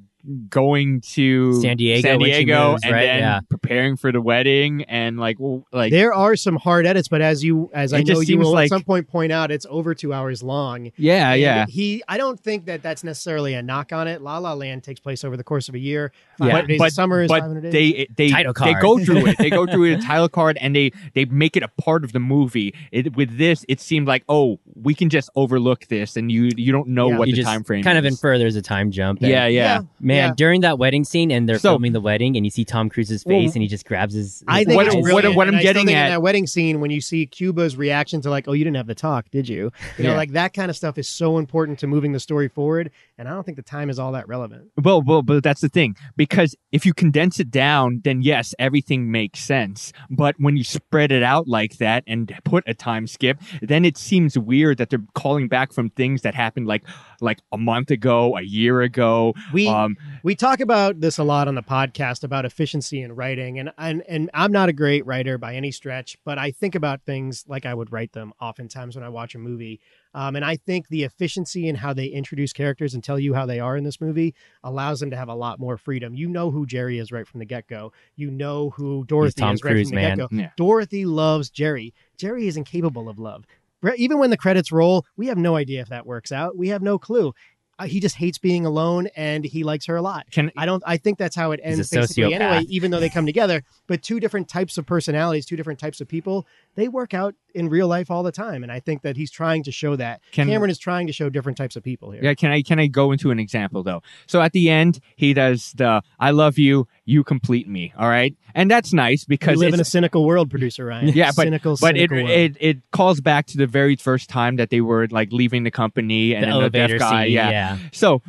Speaker 2: going to
Speaker 1: San Diego,
Speaker 2: San
Speaker 1: when she
Speaker 2: Diego,
Speaker 1: moves,
Speaker 2: and
Speaker 1: right?
Speaker 2: then
Speaker 1: Yeah.
Speaker 2: preparing for the wedding and like well, like
Speaker 3: there are some hard edits, but as you as
Speaker 2: It
Speaker 3: I
Speaker 2: just
Speaker 3: know you
Speaker 2: seems
Speaker 3: will
Speaker 2: like-
Speaker 3: at some point point out, it's over two hours long.
Speaker 2: yeah
Speaker 3: And
Speaker 2: Uh, yeah
Speaker 3: He, I don't think that that's necessarily a knock on it. La La Land takes place over the course of a year.
Speaker 2: Yeah.
Speaker 3: 500
Speaker 2: But-
Speaker 3: days
Speaker 2: but-
Speaker 3: of summer is
Speaker 2: but
Speaker 3: 500 days.
Speaker 2: they they
Speaker 1: Title
Speaker 2: they
Speaker 1: card.
Speaker 2: go through it. They go through a title card and they they make it a part of the movie. It, with this, it seemed like oh, we can just overlook this, and you you don't know
Speaker 3: Yeah.
Speaker 2: what
Speaker 1: you
Speaker 2: the
Speaker 1: just
Speaker 2: time frame
Speaker 1: kind of
Speaker 2: is.
Speaker 1: infer there's a time jump. and-
Speaker 2: yeah, yeah.
Speaker 1: Man,
Speaker 3: Yeah.
Speaker 1: during that wedding scene and they're
Speaker 2: So-
Speaker 1: filming the wedding and you see Tom Cruise's face
Speaker 2: Well,
Speaker 1: and he just grabs his,
Speaker 3: I
Speaker 1: his
Speaker 3: think
Speaker 2: What-
Speaker 3: it's
Speaker 1: eyes.
Speaker 2: what-
Speaker 3: brilliant,
Speaker 2: what I'm
Speaker 3: and I still
Speaker 2: getting
Speaker 3: think
Speaker 2: at-
Speaker 3: in that wedding scene when you see Cuba's reaction to like, oh, you didn't have the talk, did you? You
Speaker 2: Yeah.
Speaker 3: know, like that kind of stuff is so important to moving the story forward, and I don't think the time is all that relevant.
Speaker 2: Well, well, but that's the thing because if you condense it down, then yes, everything makes sense. But when you spread it out like that and put a time skip, then it seems weird that they're calling back from things that happened like like a month ago, a year ago.
Speaker 3: We
Speaker 2: Um,
Speaker 3: we talk about this a lot on the podcast about efficiency in writing, and and and I'm not a great writer by any stretch, but I think about things like I would write them oftentimes when I watch a movie. Um, and I think the efficiency in how they introduce characters and tell you how they are in this movie allows them to have a lot more freedom. You know who Jerry is right from the get go. You know who Dorothy
Speaker 1: Tom
Speaker 3: is right
Speaker 1: Cruise,
Speaker 3: from the
Speaker 1: man.
Speaker 3: get go.
Speaker 2: Yeah.
Speaker 3: Dorothy loves Jerry. Jerry is incapable of love. Re- Even when the credits roll, we have no idea if that works out. We have no clue. Uh, he just hates being alone, and he likes her a lot.
Speaker 2: can
Speaker 3: I don't. I think that's how it
Speaker 1: He's
Speaker 3: ends
Speaker 1: a
Speaker 3: basically. Anyway,
Speaker 1: sociopath.
Speaker 3: even though they come together, but two different types of personalities, two different types of people, they work out in real life all the time, and I think that he's trying to show that.
Speaker 2: Can-
Speaker 3: Cameron is trying to show different types of people here.
Speaker 2: Yeah, can I can I go into an example though? So at the end, he does the "I love you, you complete me." All right, and that's nice
Speaker 3: we
Speaker 2: because
Speaker 3: live in a
Speaker 2: it's,
Speaker 3: cynical world, producer Ryan.
Speaker 2: Yeah, but-
Speaker 3: cynical,
Speaker 2: but it,
Speaker 3: cynical world.
Speaker 2: it it calls back to the very first time that they were like leaving the company
Speaker 1: The
Speaker 2: and then
Speaker 1: elevator
Speaker 2: the deaf guy.
Speaker 1: scene.
Speaker 2: yeah. so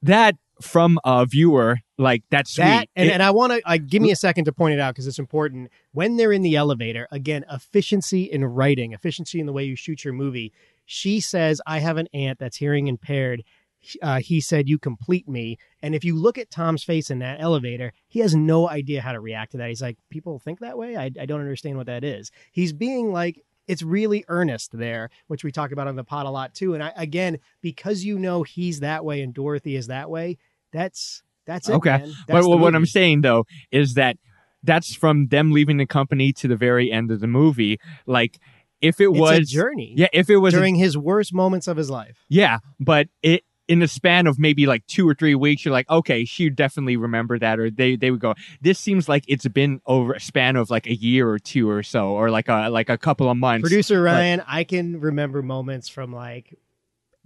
Speaker 2: that from a viewer like that's sweet.
Speaker 3: That and,
Speaker 2: It-
Speaker 3: and I want to uh, give me a second to point it out because it's important. When they're in the elevator, again, efficiency in writing, efficiency in the way you shoot your movie. She says, "I have an aunt that's hearing impaired." He- Uh, he said, "You complete me." And if you look at Tom's face in that elevator, he has no idea how to react to that. He's like, "People think that way. I, I don't understand what that is." He's being like. It's really earnest there, which we talk about on the pod a lot too. And I, again, because you know he's that way and Dorothy is that way, that's that's it.
Speaker 2: Okay.
Speaker 3: man.
Speaker 2: but
Speaker 3: That's the
Speaker 2: what what
Speaker 3: movie.
Speaker 2: I'm saying though is that that's from them leaving the company to the very end of the movie. Like if it
Speaker 3: it's
Speaker 2: was
Speaker 3: a journey
Speaker 2: yeah, if it was a
Speaker 3: during his worst moments of his life.
Speaker 2: Yeah, but it in the span of maybe like two or three weeks, you're like, okay, she definitely remember that, or they they would go. This seems like it's been over a span of like a year or two or so, or like a like a couple of months.
Speaker 3: Producer Ryan, I can remember moments from like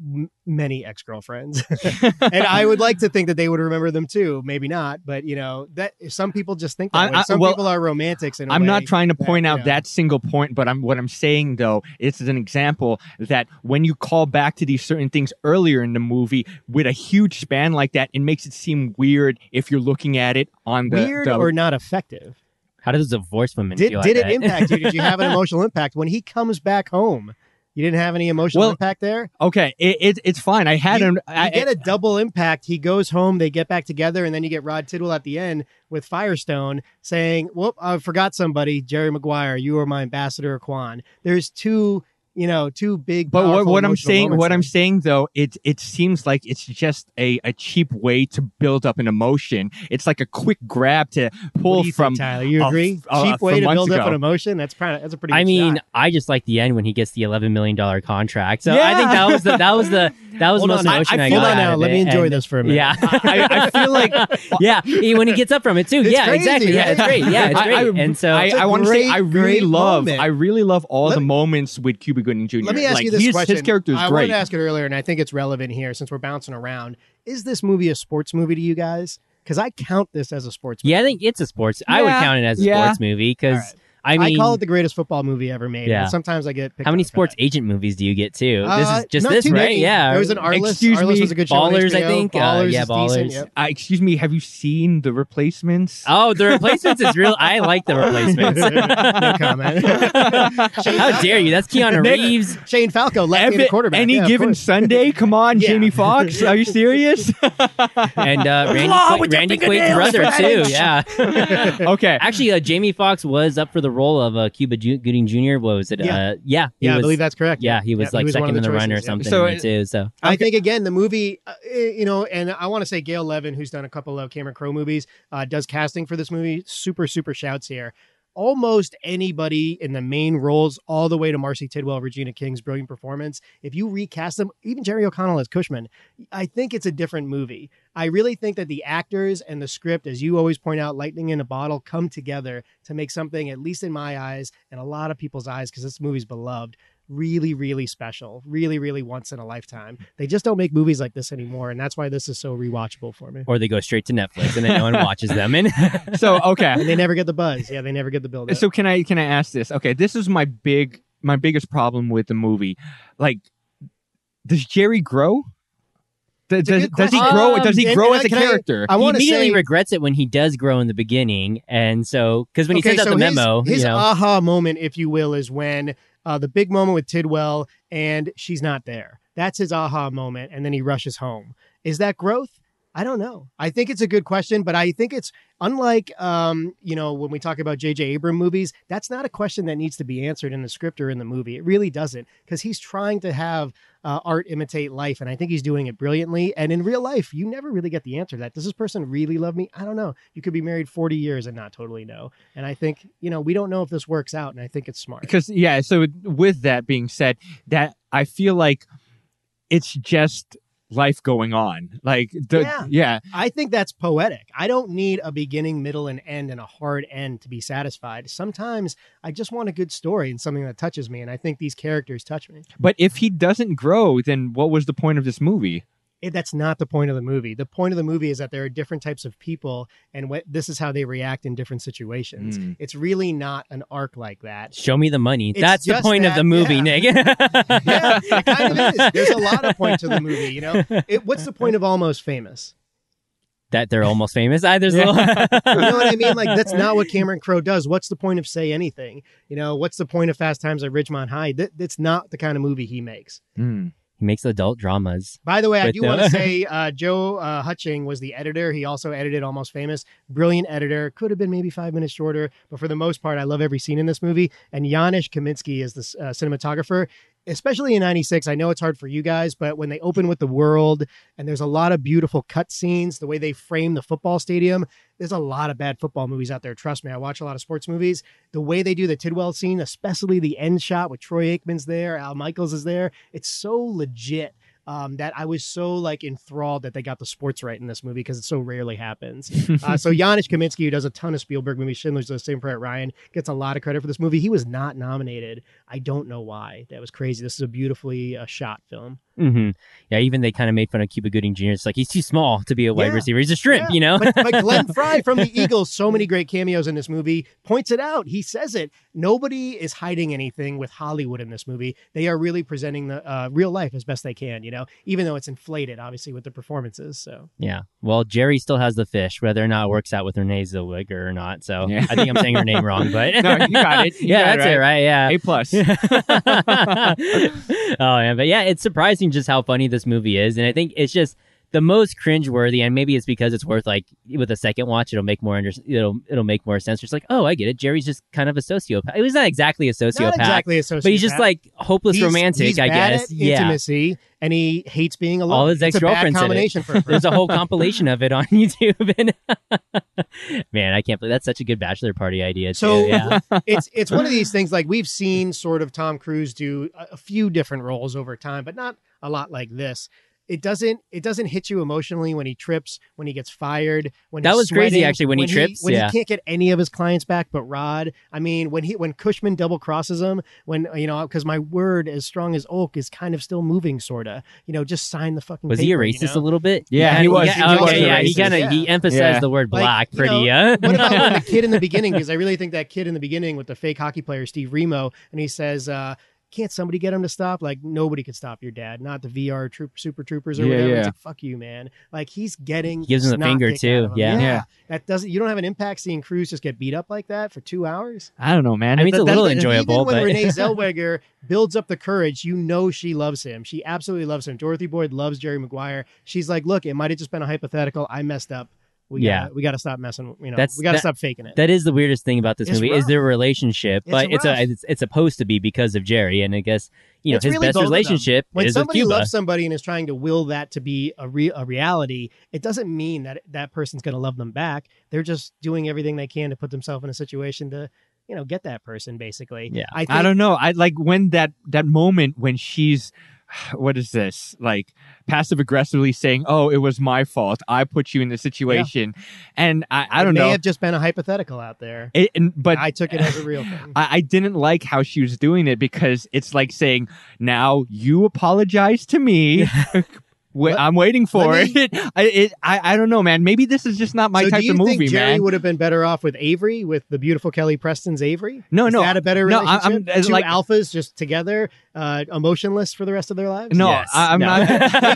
Speaker 3: m- many ex girlfriends, and I would like to think that they would remember them too. Maybe not, but you know that some people just think that
Speaker 2: I-
Speaker 3: way.
Speaker 2: I-
Speaker 3: Some
Speaker 2: well,
Speaker 3: people are romantics, and
Speaker 2: I'm not trying to
Speaker 3: that,
Speaker 2: point
Speaker 3: you
Speaker 2: out
Speaker 3: know.
Speaker 2: that single point, but I'm what I'm saying though. This is an example that when you call back to these certain things earlier in the movie with a huge span like that, it makes it seem weird if you're looking at it on the
Speaker 3: weird
Speaker 2: the-
Speaker 3: or not effective.
Speaker 1: How does a divorced woman
Speaker 3: Did
Speaker 1: feel?
Speaker 3: did
Speaker 1: at
Speaker 3: it
Speaker 1: that?
Speaker 3: impact you? Did you have an emotional impact when he comes back home? You didn't have any emotional
Speaker 2: Well,
Speaker 3: impact there.
Speaker 2: okay. It, it, it's fine. I had
Speaker 3: You-
Speaker 2: an
Speaker 3: You
Speaker 2: I,
Speaker 3: get a double impact. He goes home, they get back together, and then you get Rod Tidwell at the end with Firestone saying, "Whoop, I forgot somebody, Jerry Maguire. You are my ambassador, Quan." There's two, you know, two big.
Speaker 2: But what,
Speaker 3: powerful
Speaker 2: what I'm
Speaker 3: emotional
Speaker 2: saying,
Speaker 3: moments
Speaker 2: what I'm
Speaker 3: there.
Speaker 2: saying though, it it seems like it's just a, a cheap way to build up an emotion. It's like a quick grab to
Speaker 3: What do
Speaker 2: pull
Speaker 3: you think,
Speaker 2: from.
Speaker 3: Tyler. You
Speaker 2: uh,
Speaker 3: agree?
Speaker 2: f- uh,
Speaker 3: Cheap
Speaker 2: from
Speaker 3: way to
Speaker 2: months
Speaker 3: build up
Speaker 2: ago.
Speaker 3: an emotion. That's probably that's a pretty.
Speaker 1: I
Speaker 3: good
Speaker 1: mean,
Speaker 3: shot.
Speaker 1: I just like the end when he gets the eleven million dollar contract. So I think
Speaker 2: Yeah.
Speaker 1: that was the that was the that was
Speaker 3: Hold
Speaker 1: the
Speaker 3: on
Speaker 1: most
Speaker 3: now.
Speaker 1: emotion I,
Speaker 3: I-
Speaker 1: got.
Speaker 3: hold on
Speaker 1: out
Speaker 3: now.
Speaker 1: of
Speaker 3: Let
Speaker 1: it.
Speaker 3: me enjoy
Speaker 1: And-
Speaker 3: this for a minute.
Speaker 1: Yeah,
Speaker 2: I, I feel like
Speaker 1: yeah. He, when he gets up from it too.
Speaker 3: It's
Speaker 1: yeah,
Speaker 3: crazy,
Speaker 1: exactly. Yeah,
Speaker 3: right?
Speaker 1: it's great. Yeah, it's
Speaker 2: I-
Speaker 1: great.
Speaker 2: I-
Speaker 1: and so
Speaker 2: I,
Speaker 3: It's a
Speaker 2: want to say
Speaker 3: great,
Speaker 2: I really
Speaker 3: great
Speaker 2: love
Speaker 3: moment.
Speaker 2: I really love all
Speaker 3: Let
Speaker 2: the
Speaker 3: me-
Speaker 2: moments with Cuba Gooding Jr.
Speaker 3: Let me ask
Speaker 2: Like,
Speaker 3: you this
Speaker 2: his,
Speaker 3: question.
Speaker 2: His character is
Speaker 3: I wanted
Speaker 2: great.
Speaker 3: to ask it earlier, and I think it's relevant here since we're bouncing around. Is this movie a sports movie to you guys? Because I count this as a sports movie.
Speaker 1: yeah, I think it's a sports. I would
Speaker 2: Yeah,
Speaker 1: count it as a
Speaker 2: yeah.
Speaker 1: sports movie because
Speaker 3: All right.
Speaker 1: I mean,
Speaker 3: call it the greatest football movie ever made.
Speaker 1: Yeah.
Speaker 3: Yeah. Sometimes I get picked
Speaker 1: how many
Speaker 3: on for
Speaker 1: sports
Speaker 3: that.
Speaker 1: agent movies do you get too? this
Speaker 3: Uh,
Speaker 1: is just
Speaker 3: not
Speaker 1: this,
Speaker 3: too
Speaker 1: right?
Speaker 3: many.
Speaker 1: Yeah.
Speaker 3: There was an R list.
Speaker 2: Excuse
Speaker 3: R list
Speaker 2: me,
Speaker 3: was a good show. on
Speaker 1: Ballers, I
Speaker 3: HBO.
Speaker 1: think. Uh,
Speaker 3: Ballers is
Speaker 1: yeah,
Speaker 3: decent,
Speaker 1: Ballers.
Speaker 3: yep.
Speaker 2: Uh, excuse me, have you seen The Replacements?
Speaker 1: Oh, the replacements is real. I like the replacements.
Speaker 3: No comment.
Speaker 1: How dare you? That's Keanu
Speaker 2: Nick-
Speaker 1: Reeves.
Speaker 3: Shane Falco, left
Speaker 2: Every-
Speaker 3: handed quarterback.
Speaker 2: Any
Speaker 3: Yeah, of
Speaker 2: given
Speaker 3: course.
Speaker 2: Sunday? Come on,
Speaker 3: Yeah.
Speaker 2: Jamie Foxx. Are you serious?
Speaker 1: and uh, Randy,
Speaker 2: Claw
Speaker 1: Qua-
Speaker 2: with your
Speaker 1: Randy Quaid's
Speaker 2: fingernails for
Speaker 1: brother
Speaker 2: that
Speaker 1: too.
Speaker 2: inch.
Speaker 1: Yeah.
Speaker 2: okay.
Speaker 1: Actually, uh, Jamie Foxx was up for the role of uh, Cuba Ju- Gooding Jr. What was it?
Speaker 3: Yeah.
Speaker 1: uh, yeah he
Speaker 3: Yeah, I
Speaker 1: was-
Speaker 3: believe that's correct.
Speaker 1: Yeah, he was like
Speaker 3: one
Speaker 1: second
Speaker 3: of
Speaker 1: in the runner or
Speaker 3: choices, yeah.
Speaker 1: something
Speaker 2: So
Speaker 1: in
Speaker 2: it-
Speaker 1: there, too. So
Speaker 3: I think again the movie, uh, you know, and I want to say Gail Levin, who's done a couple of Cameron Crowe movies, uh, does casting for this movie. Super, super shouts here. Almost anybody in the main roles, all the way to Marcy Tidwell, Regina King's brilliant performance. If you recast them, even Jerry O'Connell as Cushman, I think it's a different movie. I really think that the actors and the script, as you always point out, lightning in a bottle, come together to make something, at least in my eyes and a lot of people's eyes, because this movie's beloved, really, really special, really, really once in a lifetime. They just don't make movies like this anymore, and that's why this is so rewatchable for me.
Speaker 1: or they go straight to Netflix and then no one watches them. And
Speaker 2: So okay.
Speaker 3: And they never get the buzz. Yeah, they never get the build.
Speaker 2: So can I can I ask this? Okay, this is my big my biggest problem with the movie. Like, does Jerry grow? Does,
Speaker 3: a
Speaker 2: does,
Speaker 3: good
Speaker 2: does he
Speaker 1: question.
Speaker 2: grow?
Speaker 1: Um,
Speaker 2: does he
Speaker 3: and-
Speaker 2: grow
Speaker 3: and
Speaker 2: as a
Speaker 3: can I-
Speaker 2: character?
Speaker 3: I
Speaker 1: he
Speaker 3: want to
Speaker 1: immediately
Speaker 3: say.
Speaker 1: regrets it when he does grow in the beginning, and so because when he
Speaker 3: okay,
Speaker 1: sends out
Speaker 3: so
Speaker 1: the
Speaker 3: his-
Speaker 1: memo,
Speaker 3: his,
Speaker 1: you know,
Speaker 3: aha moment, if you will, is when uh, the big moment with Tidwell and she's not there. That's his aha moment, and then he rushes home. Is that growth? I don't know. I think it's a good question, but I think it's unlike um, you know when we talk about J.J. Abram movies. That's not a question that needs to be answered in the script or in the movie. It really doesn't, because he's trying to have uh, art imitate life, and I think he's doing it brilliantly. And in real life, you never really get the answer to that. Does this person really love me? I don't know. You could be married forty years and not totally know. And I think you know we don't know if this works out, and I think it's smart.
Speaker 2: because yeah so with that being said that i feel like it's just life going on like the,
Speaker 3: Yeah.
Speaker 2: yeah.
Speaker 3: I think that's poetic. I don't need a beginning, middle, and end and a hard end to be satisfied. Sometimes I just want a good story and something that touches me, and I think these characters touch me.
Speaker 2: but if he doesn't grow then what was the point of this movie
Speaker 3: It, that's not the point of the movie. The point of the movie is that there are different types of people, and what, this is how they react in different situations.
Speaker 2: Mm.
Speaker 3: It's really not an arc like that.
Speaker 1: show me the money.
Speaker 3: It's
Speaker 1: That's the
Speaker 3: just
Speaker 1: point
Speaker 3: that-
Speaker 1: of the movie,
Speaker 3: yeah.
Speaker 1: Nick.
Speaker 3: yeah, it kind of is. There's a lot of point to the movie, you know. It, what's the point of Almost Famous?
Speaker 1: that they're almost famous. I, there's a
Speaker 2: Yeah.
Speaker 1: little-
Speaker 3: You know what I mean? Like that's not what Cameron Crowe does. What's the point of Say Anything? You know, what's the point of Fast Times at Ridgemont High? That, that's not the kind of movie he makes.
Speaker 1: he makes adult dramas.
Speaker 3: By the way, I
Speaker 1: With
Speaker 3: do
Speaker 1: the-
Speaker 3: want to say uh, Joe uh, Hutching was the editor. He also edited Almost Famous. Brilliant editor. Could have been maybe five minutes shorter, but for the most part, I love every scene in this movie. And Janusz Kaminski is the uh, cinematographer. Especially in '96, I know it's hard for you guys, but when they open with the world and there's a lot of beautiful cut scenes, the way they frame the football stadium, there's a lot of bad football movies out there. Trust me, I watch a lot of sports movies. The way they do the Tidwell scene, especially the end shot with Troy Aikman's there, Al Michaels is there, it's so legit um, that I was so like enthralled that they got the sports right in this movie because it so rarely happens. uh, so Janusz Kaminski, who does a ton of Spielberg movies, Schindler's List, Saving Private Ryan, gets a lot of credit for this movie. He was not nominated. I don't know why. That was crazy. This is a beautifully uh, shot film.
Speaker 1: hmm Yeah, even they kind of made fun of Cuba Gooding Jr. It's like he's too small to be a wide
Speaker 3: Yeah.
Speaker 1: receiver. He's a shrimp,
Speaker 3: Yeah,
Speaker 1: you know.
Speaker 3: but, but Glenn Fry from the Eagles, so many great cameos in this movie, points it out. He says it. Nobody is hiding anything with Hollywood in this movie. They are really presenting the uh, real life as best they can, you know, even though it's inflated, obviously, with the performances. So
Speaker 1: Yeah. Well, Jerry still has the fish, whether or not it works out with Renee Zellweger or not. So
Speaker 2: Yeah.
Speaker 1: I think I'm saying her name wrong, but
Speaker 2: No, you got it. You
Speaker 1: yeah,
Speaker 2: got
Speaker 1: that's
Speaker 2: it
Speaker 1: it, right? Yeah.
Speaker 2: a plus
Speaker 1: oh man, but yeah, it's surprising just how funny this movie is, and I think it's just the most cringeworthy. And maybe it's because it's worth like with a second watch, it'll make more under- it'll it'll make more sense. It's like, oh, I get it. Jerry's just kind of a sociopath. He was not exactly a sociopath,
Speaker 3: not exactly a sociopath.
Speaker 1: but he's just like hopeless
Speaker 3: He's-
Speaker 1: romantic,
Speaker 3: he's
Speaker 1: I
Speaker 3: bad
Speaker 1: guess.
Speaker 3: at
Speaker 1: yeah.
Speaker 3: intimacy, and he hates being alone.
Speaker 1: All his
Speaker 3: It's a bad
Speaker 1: ex-girlfriends in it.
Speaker 3: combination for a person.
Speaker 1: There's a whole compilation of it on YouTube, and man, I can't believe that's such a good bachelor party idea. Too.
Speaker 3: So-
Speaker 1: yeah,
Speaker 3: it's it's one of these things like we've seen sort of Tom Cruise do a, a few different roles over time, but not a lot like this. it doesn't it doesn't hit you emotionally when he trips, when he gets fired, when
Speaker 1: That
Speaker 3: he's
Speaker 1: was crazy,
Speaker 3: sweating,
Speaker 1: actually, when he trips,
Speaker 3: when
Speaker 1: yeah.
Speaker 3: he can't get any of his clients back but Rod. I mean, when he when Cushman double crosses him, when you know, because my word as strong as oak is kind of still moving, sorta. You know, just sign the fucking.
Speaker 1: Was he a
Speaker 3: paper, you
Speaker 1: racist a
Speaker 3: know?
Speaker 1: little bit?
Speaker 2: Yeah, he
Speaker 1: kinda-
Speaker 2: was.
Speaker 1: Yeah,
Speaker 2: He was
Speaker 1: okay,
Speaker 2: a
Speaker 1: yeah, he
Speaker 2: racist.
Speaker 1: kind of he
Speaker 3: Yeah.
Speaker 1: emphasized
Speaker 2: Yeah.
Speaker 1: the word
Speaker 3: Like,
Speaker 1: black
Speaker 3: you
Speaker 1: pretty.
Speaker 3: know,
Speaker 1: uh.
Speaker 3: what about when the kid in the beginning? Because I really think that kid in the beginning with the fake hockey player Steve Remo, and he says, uh, "Can't somebody get him to stop?" Like nobody could stop your dad, not the VR troop, super troopers or
Speaker 2: Yeah,
Speaker 3: whatever.
Speaker 2: yeah.
Speaker 3: It's like, fuck you, man. Like he's getting
Speaker 1: He gives him the
Speaker 3: snot
Speaker 1: finger,
Speaker 3: kicked out
Speaker 1: too.
Speaker 3: of him.
Speaker 1: Yeah.
Speaker 2: Yeah.
Speaker 3: that doesn't. You don't have an impact seeing Cruz just get beat up like that for two hours.
Speaker 2: I don't know, man.
Speaker 1: I mean, it's a
Speaker 3: That-
Speaker 1: little
Speaker 3: that-
Speaker 1: enjoyable,
Speaker 3: Even when
Speaker 1: but
Speaker 3: Renee Zellweger builds up the courage, you know she loves him. She absolutely loves him. Dorothy Boyd loves Jerry Maguire. She's like, look, it might have just been a hypothetical. I messed up. We
Speaker 1: Yeah.
Speaker 3: gotta, we got to stop messing. You know,
Speaker 1: That's-
Speaker 3: we got to
Speaker 1: that-
Speaker 3: stop faking it.
Speaker 1: that is the weirdest thing about this
Speaker 3: It's
Speaker 1: movie is
Speaker 3: rough.
Speaker 1: their relationship.
Speaker 3: It's
Speaker 1: but it's
Speaker 3: rough.
Speaker 1: a it's, it's supposed to be because of Jerry, and I guess you know
Speaker 3: It's
Speaker 1: his
Speaker 3: really
Speaker 1: best
Speaker 3: both of them.
Speaker 1: relationship
Speaker 3: when
Speaker 1: is with
Speaker 3: somebody
Speaker 1: Cuba.
Speaker 3: loves somebody and is trying to will that to be a re- a reality, it doesn't mean that that person's going to love them back. They're just doing everything they can to put themselves in a situation to, you know, get that person. Basically,
Speaker 1: Yeah.
Speaker 3: I, think,
Speaker 2: I don't know. I like when that that moment when she's what is this like passive aggressively saying, "Oh, it was my fault. I put you in this situation," and I, I
Speaker 3: it
Speaker 2: don't
Speaker 3: may
Speaker 2: know.
Speaker 3: have just been a hypothetical out there.
Speaker 2: It, and, but
Speaker 3: I took it as a real thing.
Speaker 2: I, I didn't like how she was doing it because it's like saying, "Now you apologize to me." Wait,
Speaker 3: Let-
Speaker 2: I'm waiting for
Speaker 3: let me-
Speaker 2: it. I, it I, I don't know, man. Maybe this is just not my
Speaker 3: so
Speaker 2: type
Speaker 3: do you
Speaker 2: of movie,
Speaker 3: think Jerry
Speaker 2: man.
Speaker 3: would have been better off with Avery, with the beautiful Kelly Preston's Avery?
Speaker 2: No,
Speaker 3: Is
Speaker 2: no,
Speaker 3: that a better
Speaker 2: no, I-
Speaker 3: relationship?
Speaker 2: I'm- it's
Speaker 3: Two
Speaker 2: like-
Speaker 3: alphas just together, uh, emotionless for the rest of their lives.
Speaker 2: no,
Speaker 1: Yes.
Speaker 2: I, I'm
Speaker 1: No.
Speaker 2: not.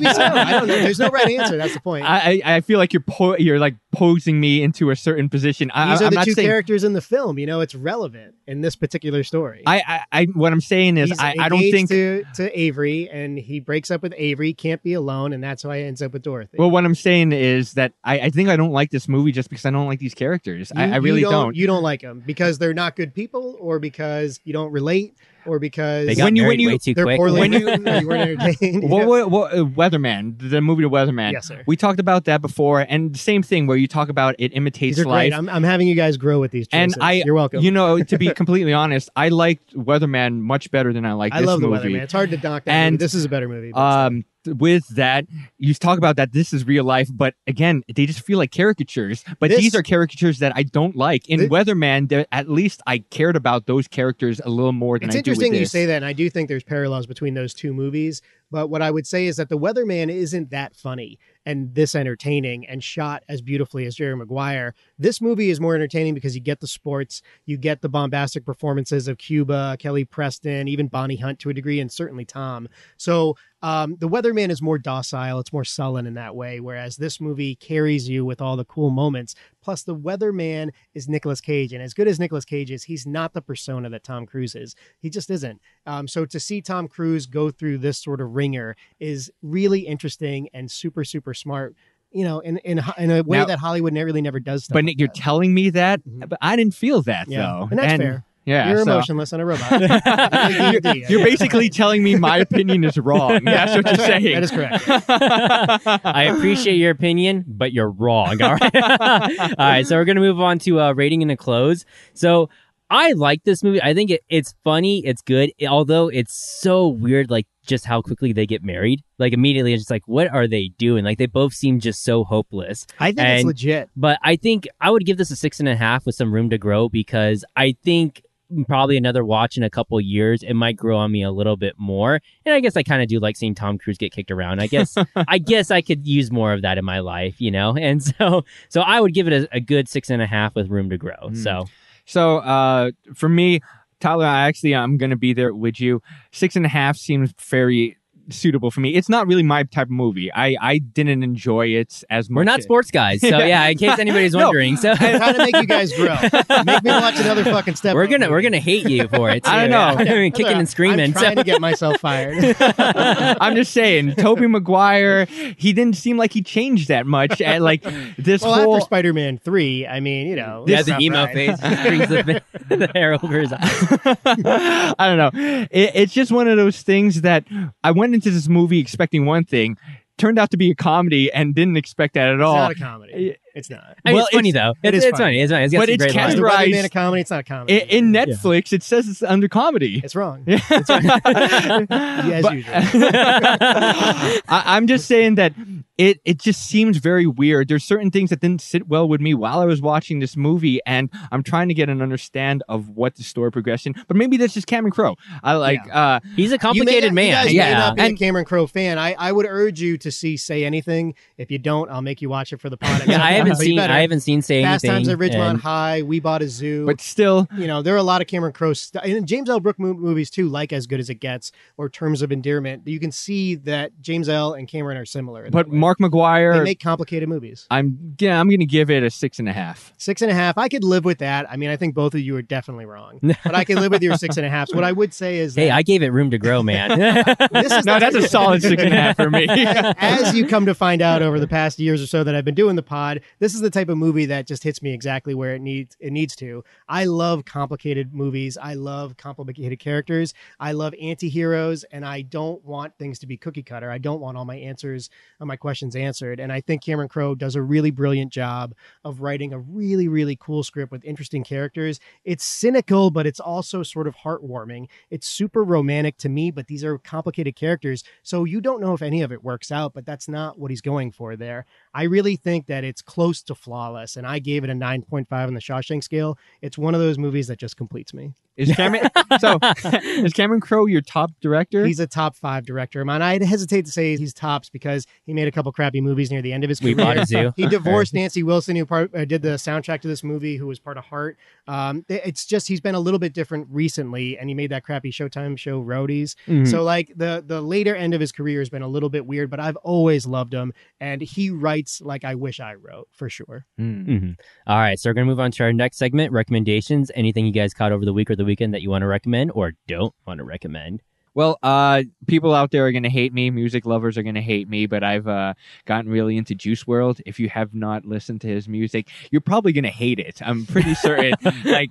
Speaker 3: maybe so. I don't know. There's no right answer. That's the point.
Speaker 2: I, I I feel like you're po- you're like posing me into a certain position. I,
Speaker 3: These
Speaker 2: I-
Speaker 3: are
Speaker 2: I'm
Speaker 3: the
Speaker 2: not
Speaker 3: two
Speaker 2: saying,
Speaker 3: characters in the film. You know, it's relevant in this particular story.
Speaker 2: I, I I what I'm saying is
Speaker 3: He's
Speaker 2: I, I don't
Speaker 3: engaged
Speaker 2: think.
Speaker 3: to, to Avery, and he breaks up with Avery. Can't be alone, and that's why he ends up with Dorothy.
Speaker 2: Well, what I'm saying is that I, I think I don't like this movie just because I don't like these characters.
Speaker 3: You-
Speaker 2: I, I
Speaker 3: you
Speaker 2: really don't.
Speaker 3: You don't like them because they're not good people, or because you don't relate, or because
Speaker 1: they got
Speaker 2: when you-
Speaker 1: married
Speaker 2: when you-
Speaker 1: way too
Speaker 3: they're
Speaker 1: quick.
Speaker 3: poorly
Speaker 2: When you-
Speaker 3: written, or you weren't entertained.
Speaker 2: What, what, what, uh, Weatherman, the movie The Weatherman.
Speaker 3: Yes, sir.
Speaker 2: We talked about that before, and same thing where you talk about it imitates
Speaker 3: These are great.
Speaker 2: life.
Speaker 3: I'm, I'm having you guys grow with these
Speaker 2: And
Speaker 3: choices.
Speaker 2: I-
Speaker 3: You're welcome.
Speaker 2: You know, to be completely honest, I liked Weatherman much better than I like
Speaker 3: I
Speaker 2: this
Speaker 3: love
Speaker 2: movie.
Speaker 3: the weather, man. It's hard to knock that.
Speaker 2: And,
Speaker 3: movie. this is a better movie. but it's-
Speaker 2: um with that you talk about that this is real life but again they just feel like caricatures but
Speaker 3: This-
Speaker 2: these are caricatures that i don't like in
Speaker 3: Thi-
Speaker 2: weatherman there- at least i cared about those characters a little more than
Speaker 3: it's
Speaker 2: i do
Speaker 3: interesting
Speaker 2: with
Speaker 3: you
Speaker 2: this.
Speaker 3: say that, and I do think there's parallels between those two movies. But what I would say is that the Weatherman isn't that funny and this entertaining and shot as beautifully as Jerry Maguire. This movie is more entertaining because you get the sports, you get the bombastic performances of Cuba, Kelly Preston, even Bonnie Hunt to a degree, and certainly Tom. So um, the Weatherman is more docile, it's more sullen in that way, whereas this movie carries you with all the cool moments. Plus, the Weatherman is Nicolas Cage, and as good as Nicolas Cage is, he's not the persona that Tom Cruise is. He just isn't. Um, so to see Tom Cruise go through this sort of ringer is really interesting and super super smart. You know, in in, ho- in a way
Speaker 2: Now-
Speaker 3: that Hollywood ne- really never does. Stuff
Speaker 2: but
Speaker 3: like
Speaker 2: Nick, you're
Speaker 3: that.
Speaker 2: telling me that
Speaker 3: Mhm.
Speaker 2: but i didn't feel that
Speaker 3: Yeah.
Speaker 2: though
Speaker 3: And that's fair.
Speaker 2: yeah
Speaker 3: you're
Speaker 2: so-
Speaker 3: emotionless and a robot. You're D&D, I
Speaker 2: you're
Speaker 3: guess.
Speaker 2: basically telling me my opinion is wrong that's what
Speaker 3: That's
Speaker 2: you're
Speaker 3: right.
Speaker 2: saying
Speaker 3: That is correct.
Speaker 1: I appreciate your opinion, but you're wrong. All right. all right. So we're going to move on to uh, rating and a close. So I like this movie. I think it, it's funny. It's good. although it's so weird, like just how quickly they get married. Like immediately, it's just like, what are they doing? Like they both seem just so hopeless.
Speaker 3: I think it's
Speaker 1: And-
Speaker 3: legit.
Speaker 1: But I think I would give this a six and a half with some room to grow because I think probably another watch in a couple years it might grow on me a little bit more. And I guess I kind of do like seeing Tom Cruise get kicked around. I guess I guess I could use more of that in my life, you know. And so so I would give it a, a good six and a half with room to grow.
Speaker 3: Hmm.
Speaker 2: Mm.
Speaker 1: So
Speaker 2: So uh, for me, Tyler, I actually I'm gonna be there with you. Six and a half seems very suitable for me. It's not really my type of movie. I I didn't enjoy it as much.
Speaker 1: we're not sports guys. So
Speaker 2: Yeah.
Speaker 1: yeah, in case anybody's
Speaker 2: No.
Speaker 1: wondering. So
Speaker 3: I'm trying to make you guys grow. Make me watch another fucking step.
Speaker 1: we're
Speaker 3: Up
Speaker 1: gonna we're
Speaker 3: movie.
Speaker 1: gonna hate you for it. Too.
Speaker 2: I know.
Speaker 1: I mean, kicking and
Speaker 3: I'm
Speaker 1: screaming. So
Speaker 3: trying to get myself fired.
Speaker 2: I'm just saying, Toby Maguire, he didn't seem like he changed that much. And like this
Speaker 3: well,
Speaker 2: whole
Speaker 3: after Spider-Man three, I mean, you know,
Speaker 1: yeah,
Speaker 3: it's
Speaker 1: the
Speaker 3: not
Speaker 1: emo
Speaker 3: right.
Speaker 1: face brings the, the hair over his eyes.
Speaker 2: I don't know. It, it's just one of those things that I went into this movie expecting one thing, turned out to be a comedy, and didn't expect that at
Speaker 3: It's
Speaker 2: all.
Speaker 3: not a comedy.
Speaker 2: I-
Speaker 3: It's not.
Speaker 1: I mean,
Speaker 2: Well,
Speaker 1: it's funny
Speaker 2: it's-
Speaker 1: though.
Speaker 3: it
Speaker 1: It's,
Speaker 3: is
Speaker 1: it's
Speaker 3: funny.
Speaker 1: funny. It's funny. It's got
Speaker 2: But
Speaker 1: some
Speaker 2: it's
Speaker 1: great
Speaker 2: cast-
Speaker 3: It's
Speaker 1: lines.
Speaker 3: the
Speaker 2: Categorized-
Speaker 3: Running Man a comedy. It's not a comedy.
Speaker 2: In, in Netflix, it says it's under comedy.
Speaker 3: it's wrong.
Speaker 2: Yeah.
Speaker 3: as
Speaker 2: But-
Speaker 3: usual.
Speaker 2: I, I'm just saying that it it just seems very weird. There's certain things that didn't sit well with me while I was watching this movie, and I'm trying to get an understand of what the story progression. But maybe that's just Cameron Crowe. I like. Uh,
Speaker 1: He's a
Speaker 3: You may
Speaker 1: complicated
Speaker 3: not- you
Speaker 1: man.
Speaker 3: guys may
Speaker 1: yeah.
Speaker 3: not be
Speaker 2: And-
Speaker 3: a Cameron Crowe fan. I, I would urge you to see Say Anything. If you don't, I'll make you watch it for the pod.
Speaker 1: Yeah, I haven't
Speaker 3: But you
Speaker 1: seen.
Speaker 3: better.
Speaker 1: I haven't seen say
Speaker 3: Fast
Speaker 1: anything.
Speaker 3: Times at Ridgemont
Speaker 1: and-
Speaker 3: High. We bought a zoo.
Speaker 2: but still,
Speaker 3: you know, there are a lot of Cameron Crowe st- and James L. Brook mo- movies too, like As Good as It Gets or Terms of Endearment. You can see that James L. and Cameron are similar. in
Speaker 2: but
Speaker 3: that way.
Speaker 2: Mark
Speaker 3: they
Speaker 2: McGuire,
Speaker 3: make complicated movies.
Speaker 2: I'm yeah, I'm gonna give it a six and a half.
Speaker 3: Six and a half, I could live with that. I mean, I think both of you are definitely wrong, but I can live with your six and a halfs. What I would say is,
Speaker 1: Hey,
Speaker 3: that
Speaker 1: I gave it room to grow, man.
Speaker 3: this is
Speaker 2: No,
Speaker 3: the-
Speaker 2: that's a solid six and a half for me.
Speaker 3: as you come to find out over the past years or so that I've been doing the pod, this is the type of movie that just hits me exactly where it needs it needs to. I love complicated movies. I love complicated characters. I love anti-heroes and I don't want things to be cookie cutter. I don't want all my answers and my questions answered. And I think Cameron Crowe does a really brilliant job of writing a really really cool script with interesting characters. It's cynical, but it's also sort of heartwarming. It's super romantic to me, but these are complicated characters. So you don't know if any of it works out, but that's not what he's going for there. I really think that it's close to flawless, and I gave it a 9.5 on the Shawshank scale. It's one of those movies that just completes me.
Speaker 2: Is Cameron so? Is Cameron Crowe your top director?
Speaker 3: He's a top five director of mine. I'd hesitate to say he's tops because he made a couple crappy movies near the end of his
Speaker 1: we
Speaker 3: career.
Speaker 1: bought a zoo.
Speaker 3: He divorced Nancy Wilson, who part, uh, did the soundtrack to this movie, who was part of Heart. Um, th- it's just he's been a little bit different recently, and he made that crappy Showtime show Roadies.
Speaker 1: Mm-hmm.
Speaker 2: Mhm.
Speaker 3: So like the the later end of his career has been a little bit weird, but I've always loved him, and he writes like I wish I wrote for sure.
Speaker 2: Mm.
Speaker 1: Mhm. All right, so we're gonna move on to our next segment: recommendations. Anything you guys caught over the week or the weekend that you want to recommend or don't want to recommend?
Speaker 2: Well, uh, people out there are gonna hate me. Music lovers are gonna hate me. But I've uh, gotten really into Juice World. If you have not listened to his music, you're probably gonna hate it. I'm pretty certain. like,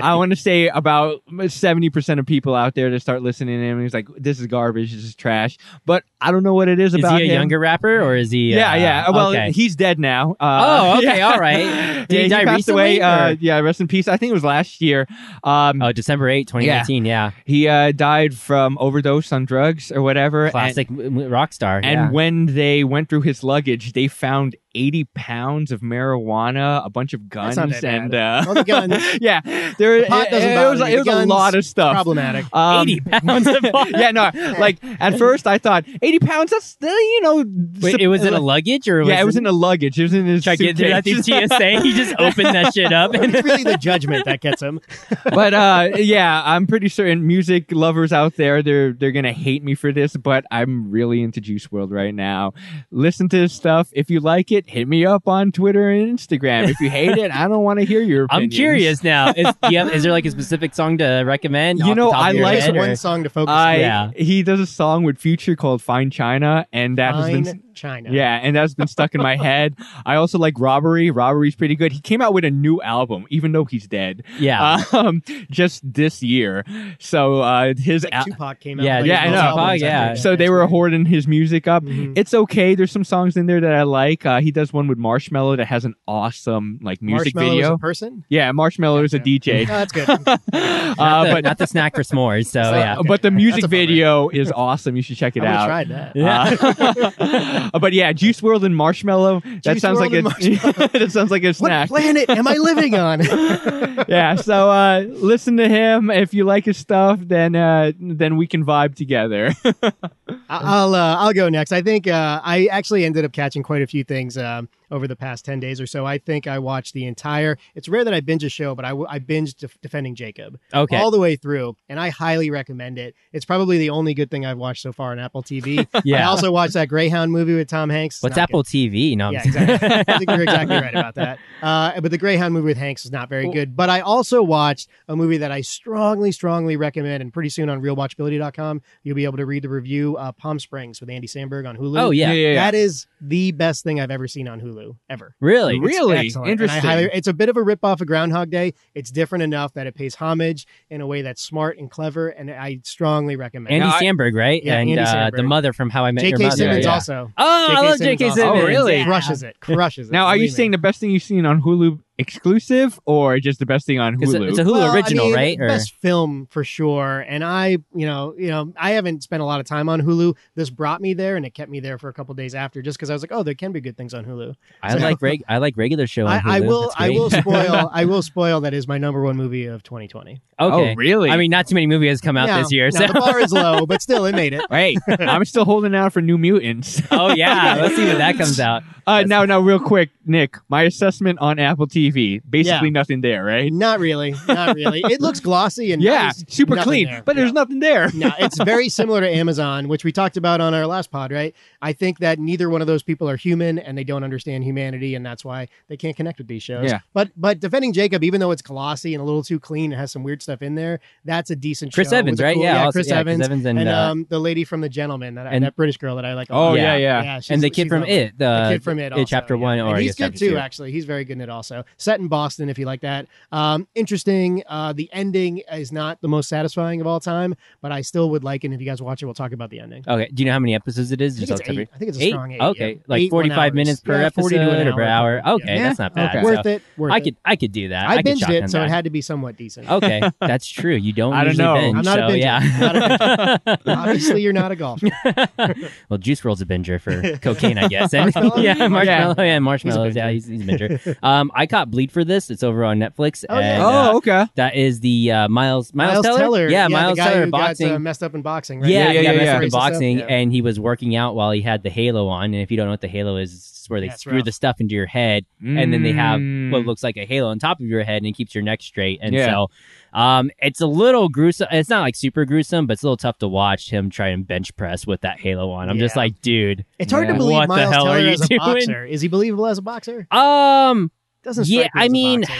Speaker 2: I want to say about seventy percent of people out there to start listening to him. He's like, "This is garbage. This is trash." But I don't know what it is,
Speaker 1: Is he a
Speaker 2: about him.
Speaker 1: younger rapper or is he?
Speaker 2: Yeah,
Speaker 1: uh,
Speaker 2: yeah. Well,
Speaker 1: okay.
Speaker 2: he's dead now. Uh,
Speaker 1: Oh, okay,
Speaker 2: yeah.
Speaker 1: all right. Did he
Speaker 2: yeah,
Speaker 1: die
Speaker 2: passed away.
Speaker 1: recently,
Speaker 2: Uh,
Speaker 1: or-
Speaker 2: yeah, rest in peace. I think it was last year. Um,
Speaker 1: oh, December 8, 2019. Yeah,
Speaker 2: he uh, died from overdose on drugs or whatever. and-
Speaker 1: classic m- m- rock star.
Speaker 2: and
Speaker 1: yeah.
Speaker 2: when they went through his luggage, they found 80 pounds of marijuana, a bunch of guns,
Speaker 3: That's not that
Speaker 2: and
Speaker 3: All the
Speaker 2: uh,
Speaker 3: guns,
Speaker 2: yeah, there
Speaker 3: The pot
Speaker 2: it-
Speaker 3: doesn't
Speaker 2: it,
Speaker 3: bother
Speaker 2: was,
Speaker 3: me.
Speaker 2: it
Speaker 3: The
Speaker 2: was a
Speaker 3: guns,
Speaker 2: lot of stuff.
Speaker 3: problematic.
Speaker 2: Um,
Speaker 1: 80 pounds of
Speaker 2: yeah, no, like at first I thought 80 pounds. That's uh, you know, uh,
Speaker 1: Wait,
Speaker 2: sup-
Speaker 1: it was in a luggage or
Speaker 2: yeah, it was in a luggage. It was in his
Speaker 1: Check it through that through
Speaker 2: suitcase.
Speaker 1: TSA. He just opened that shit up. And,
Speaker 3: It's really the judgment that gets him.
Speaker 2: but uh, yeah, I'm pretty certain music lovers out there they're they're gonna hate me for this, but I'm really into Juice World right now. Listen to this stuff. If you like it, hit me up on Twitter and Instagram. If you hate it, I don't want to hear your.
Speaker 1: I'm
Speaker 2: opinions.
Speaker 1: curious now. Is, do you have, is there like a specific song to recommend?
Speaker 2: You
Speaker 1: off the
Speaker 2: know,
Speaker 1: top of
Speaker 2: I
Speaker 1: your
Speaker 2: like
Speaker 1: head,
Speaker 3: Just
Speaker 1: or-
Speaker 3: one song to focus.
Speaker 2: I
Speaker 1: Yeah.
Speaker 2: he does a song with Future called "Fine China," and that
Speaker 3: on.
Speaker 2: has
Speaker 3: Fine
Speaker 2: been
Speaker 3: China.
Speaker 2: Yeah, and that's been stuck in my head. I also like Robbery. Robbery's pretty good. He came out with a new album, even though he's dead,
Speaker 1: Yeah.
Speaker 3: uh,
Speaker 2: um, just this year. So uh, his
Speaker 3: Like
Speaker 2: al-
Speaker 3: Tupac came out.
Speaker 1: Yeah,
Speaker 3: with, like,
Speaker 2: yeah, I
Speaker 3: his
Speaker 2: know.
Speaker 3: albums,
Speaker 1: Tupac, yeah.
Speaker 3: think.
Speaker 2: so they were
Speaker 3: That's right.
Speaker 2: hoarding his music up.
Speaker 3: Mhm.
Speaker 2: It's okay. There's some songs in there that I like. Uh, he does one with Marshmello that has an awesome like music
Speaker 3: Marshmello is
Speaker 2: video.
Speaker 3: a person.
Speaker 2: yeah, Marshmello is a
Speaker 3: Yeah. No,
Speaker 2: DJ.
Speaker 3: that's good.
Speaker 2: uh,
Speaker 1: not, the,
Speaker 2: but
Speaker 1: not the snack for s'mores. So
Speaker 3: So-
Speaker 1: yeah,
Speaker 2: but the
Speaker 3: That's
Speaker 2: music
Speaker 3: a bummer.
Speaker 2: video is awesome. You should check it
Speaker 3: I would've
Speaker 2: out.
Speaker 3: tried that.
Speaker 2: Uh, but yeah, Juice World and Marshmallow. That
Speaker 3: Juice
Speaker 2: sounds like
Speaker 3: WRLD
Speaker 2: a
Speaker 3: and
Speaker 2: that sounds like a
Speaker 3: What
Speaker 2: snack.
Speaker 3: planet am I living on?
Speaker 2: yeah, so uh, listen to him. If you like his stuff, then uh, then we can vibe together.
Speaker 3: I- I'll uh, I'll go next. I think uh, I actually ended up catching quite a few things um, over the past ten days or so. I think I watched the entire. It's rare that I binge a show, but I, w- I binged Def- Defending Jacob
Speaker 1: okay.
Speaker 3: all the way through, and I highly recommend it. It's probably the only good thing I've watched so far on Apple TV. I
Speaker 1: yeah.
Speaker 3: also watched that Greyhound movie with Tom Hanks. It's
Speaker 1: What's
Speaker 3: not
Speaker 1: Apple
Speaker 3: good.
Speaker 1: TV? No, I'm
Speaker 3: Yeah,
Speaker 1: just-
Speaker 3: exactly. I think you're exactly right about that. Uh, but the Greyhound movie with Hanks is not very good. But I also watched a movie that I strongly, strongly recommend. And pretty soon on realwatchability.com, you'll be able to read the review uh, Palm Springs with Andy Sandberg on Hulu.
Speaker 1: oh yeah.
Speaker 2: yeah.
Speaker 3: That is the best thing I've ever seen on Hulu. Hulu ever.
Speaker 1: Really?
Speaker 3: It's
Speaker 2: Really?
Speaker 3: excellent, and I
Speaker 2: Interesting.
Speaker 3: highly- it's a bit of a rip off of Groundhog Day. It's different enough that it pays homage in a way that's smart and clever, and I strongly recommend.
Speaker 1: Andy
Speaker 2: Now, I-
Speaker 1: Sandberg, right?
Speaker 3: Yeah,
Speaker 1: and
Speaker 3: Andy
Speaker 1: uh, the
Speaker 3: Sandberg.
Speaker 1: mother from How I Met
Speaker 3: it.
Speaker 1: Your
Speaker 3: J.K.
Speaker 1: Mother.
Speaker 3: Simmons
Speaker 1: yeah.
Speaker 3: also
Speaker 1: Oh, I
Speaker 3: J.K.
Speaker 1: love J.K.
Speaker 3: Simmons
Speaker 1: Simmons.
Speaker 3: also.
Speaker 2: Oh, really?
Speaker 1: Yeah.
Speaker 3: crushes it. Crushes it.
Speaker 2: Now, are you
Speaker 3: Believe me.
Speaker 2: saying the best thing you've seen on Hulu exclusive, or just the best thing on
Speaker 1: It's
Speaker 2: Hulu?
Speaker 1: a, it's a Hulu
Speaker 3: Well, I
Speaker 1: original,
Speaker 3: mean,
Speaker 1: right? Or-
Speaker 3: Best film for sure. And I, you know, you know, I haven't spent a lot of time on Hulu. This brought me there, and it kept me there for a couple days after, just because I was like, oh, there can be good things on Hulu.
Speaker 1: I like reg- I like regular show. On
Speaker 3: I, I
Speaker 1: Hulu.
Speaker 3: will,
Speaker 1: That's
Speaker 3: I
Speaker 1: great.
Speaker 3: will spoil, I will spoil. That is my number one movie of 2020.
Speaker 1: Okay.
Speaker 2: Oh, really?
Speaker 1: I mean, not too many movies has come out
Speaker 3: Now-
Speaker 1: this year. So.
Speaker 3: now, the bar is low, but still, it made it.
Speaker 2: hey, I'm still holding out for New Mutants.
Speaker 1: oh yeah, let's see when that comes out.
Speaker 2: Uh, now, now, real quick, Nick, my assessment on Apple TV basically nothing there, right?
Speaker 3: Not really, not really. It looks glossy and
Speaker 2: yeah,
Speaker 3: nice.
Speaker 2: super
Speaker 3: nothing
Speaker 2: clean,
Speaker 3: there.
Speaker 2: but there's nothing there.
Speaker 3: no, it's very similar to Amazon, which we talked about on our last pod, right? I think that neither one of those people are human and they don't understand humanity, and that's why they can't connect with these shows.
Speaker 2: Yeah.
Speaker 3: But but defending Jacob, even though it's glossy and a little too clean, it has some weird stuff in there. That's a decent
Speaker 1: Chris
Speaker 3: show with
Speaker 1: Evans,
Speaker 3: a
Speaker 1: right?
Speaker 3: cool-
Speaker 1: yeah,
Speaker 3: yeah,
Speaker 1: also-
Speaker 3: Chris Evans.
Speaker 1: and,
Speaker 3: And,
Speaker 1: uh,
Speaker 3: um, the lady from The Gentleman, that,
Speaker 1: and-
Speaker 3: that British girl that I like. a
Speaker 2: Oh
Speaker 3: lot.
Speaker 2: yeah, yeah.
Speaker 3: she's-
Speaker 1: and the
Speaker 3: she's
Speaker 1: kid from
Speaker 3: lovely.
Speaker 1: it, the,
Speaker 3: The kid from it, also,
Speaker 1: Uh, chapter
Speaker 3: yeah.
Speaker 1: one,
Speaker 3: And
Speaker 1: or I
Speaker 3: he's
Speaker 1: guess
Speaker 3: good
Speaker 1: chapter
Speaker 3: too.
Speaker 1: two.
Speaker 3: Actually, he's very good in it. Also, set in Boston, if you like that. Um, interesting. Uh, the ending is not the most satisfying of all time, but I still would like it. And if you guys watch it, we'll talk about the ending.
Speaker 1: Okay, do you know how many episodes it is?
Speaker 3: I think,
Speaker 1: Just
Speaker 3: it's
Speaker 1: off the
Speaker 3: eight. I think it's a
Speaker 1: Eight?
Speaker 3: strong eight.
Speaker 1: Okay,
Speaker 3: yeah.
Speaker 1: like
Speaker 3: Eight, one
Speaker 1: 45
Speaker 3: hours.
Speaker 1: minutes per
Speaker 3: Yeah, 40 to an
Speaker 1: episode or per hour. Okay,
Speaker 3: Yeah.
Speaker 1: that's not bad.
Speaker 2: Okay.
Speaker 3: Worth
Speaker 1: So
Speaker 3: it. Worth
Speaker 1: I
Speaker 3: it.
Speaker 1: could I could do that.
Speaker 3: I
Speaker 1: could
Speaker 3: binged
Speaker 1: shotgun
Speaker 3: it, so
Speaker 1: that. Oh.
Speaker 3: it had to be somewhat decent.
Speaker 1: Okay, that's true. You don't.
Speaker 2: I don't
Speaker 1: usually
Speaker 2: know.
Speaker 1: Binge,
Speaker 3: I'm not a
Speaker 1: so,
Speaker 3: binger.
Speaker 1: Yeah.
Speaker 3: I'm Obviously, you're not a golfer.
Speaker 1: well, Juice World's a binger for cocaine, I guess. And,
Speaker 3: Marshmallow?
Speaker 1: yeah, marshmallow. Yeah,
Speaker 3: He's
Speaker 1: marshmallows.
Speaker 3: a binger.
Speaker 1: yeah, he's, he's a binger. Um, I caught Bleed for this. It's over on Netflix.
Speaker 3: Oh, yeah.
Speaker 1: and, uh,
Speaker 2: Oh, okay.
Speaker 1: that is the uh, Miles, Miles Teller. Yeah, Miles
Speaker 3: the guy
Speaker 1: Teller
Speaker 3: who
Speaker 1: boxing.
Speaker 3: got uh, messed up in boxing. Right?
Speaker 1: Yeah, yeah,
Speaker 2: Yeah, yeah,
Speaker 1: yeah,
Speaker 2: yeah.
Speaker 1: In
Speaker 3: Racist stuff,
Speaker 1: boxing,
Speaker 3: yeah.
Speaker 1: and he was working out while he had the halo on. And if you don't know what the halo is, it's where they
Speaker 3: That's
Speaker 1: screw
Speaker 3: rough.
Speaker 1: the stuff into your head, and then they have
Speaker 2: Mm.
Speaker 1: what looks like a halo on top of your head, and it keeps your neck straight. And
Speaker 2: Yeah.
Speaker 1: so, um, it's a little gruesome. It's not like super gruesome, but it's a little tough to watch him try and bench press with that halo on. I'm just
Speaker 3: Yeah.
Speaker 1: like, dude,
Speaker 3: It's hard
Speaker 2: Yeah.
Speaker 3: to believe
Speaker 1: What the
Speaker 3: Miles
Speaker 1: hell are
Speaker 3: Teller
Speaker 1: you
Speaker 3: as a
Speaker 1: doing?
Speaker 3: boxer. Is he believable as a boxer?
Speaker 1: um,
Speaker 3: Doesn't
Speaker 1: Yeah,
Speaker 3: strike me
Speaker 1: I
Speaker 3: as a
Speaker 1: mean,
Speaker 3: boxer.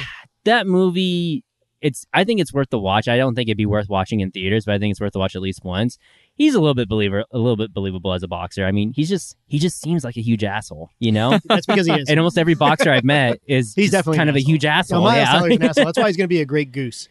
Speaker 1: that movie. It's. I think it's worth the watch. I don't think it'd be worth watching in theaters, but I think it's worth the watch at least once. He's a little bit believer, a little bit believable as a boxer. I mean, he's just he just seems like a huge asshole, you know.
Speaker 3: that's because he is.
Speaker 1: and almost every boxer I've met is
Speaker 3: He's
Speaker 1: just
Speaker 3: definitely
Speaker 1: kind
Speaker 3: an
Speaker 1: of a
Speaker 3: asshole.
Speaker 1: huge
Speaker 3: No,
Speaker 1: asshole.
Speaker 3: Miles Teller's an
Speaker 1: yeah,
Speaker 3: asshole. That's why he's going to be a great goose.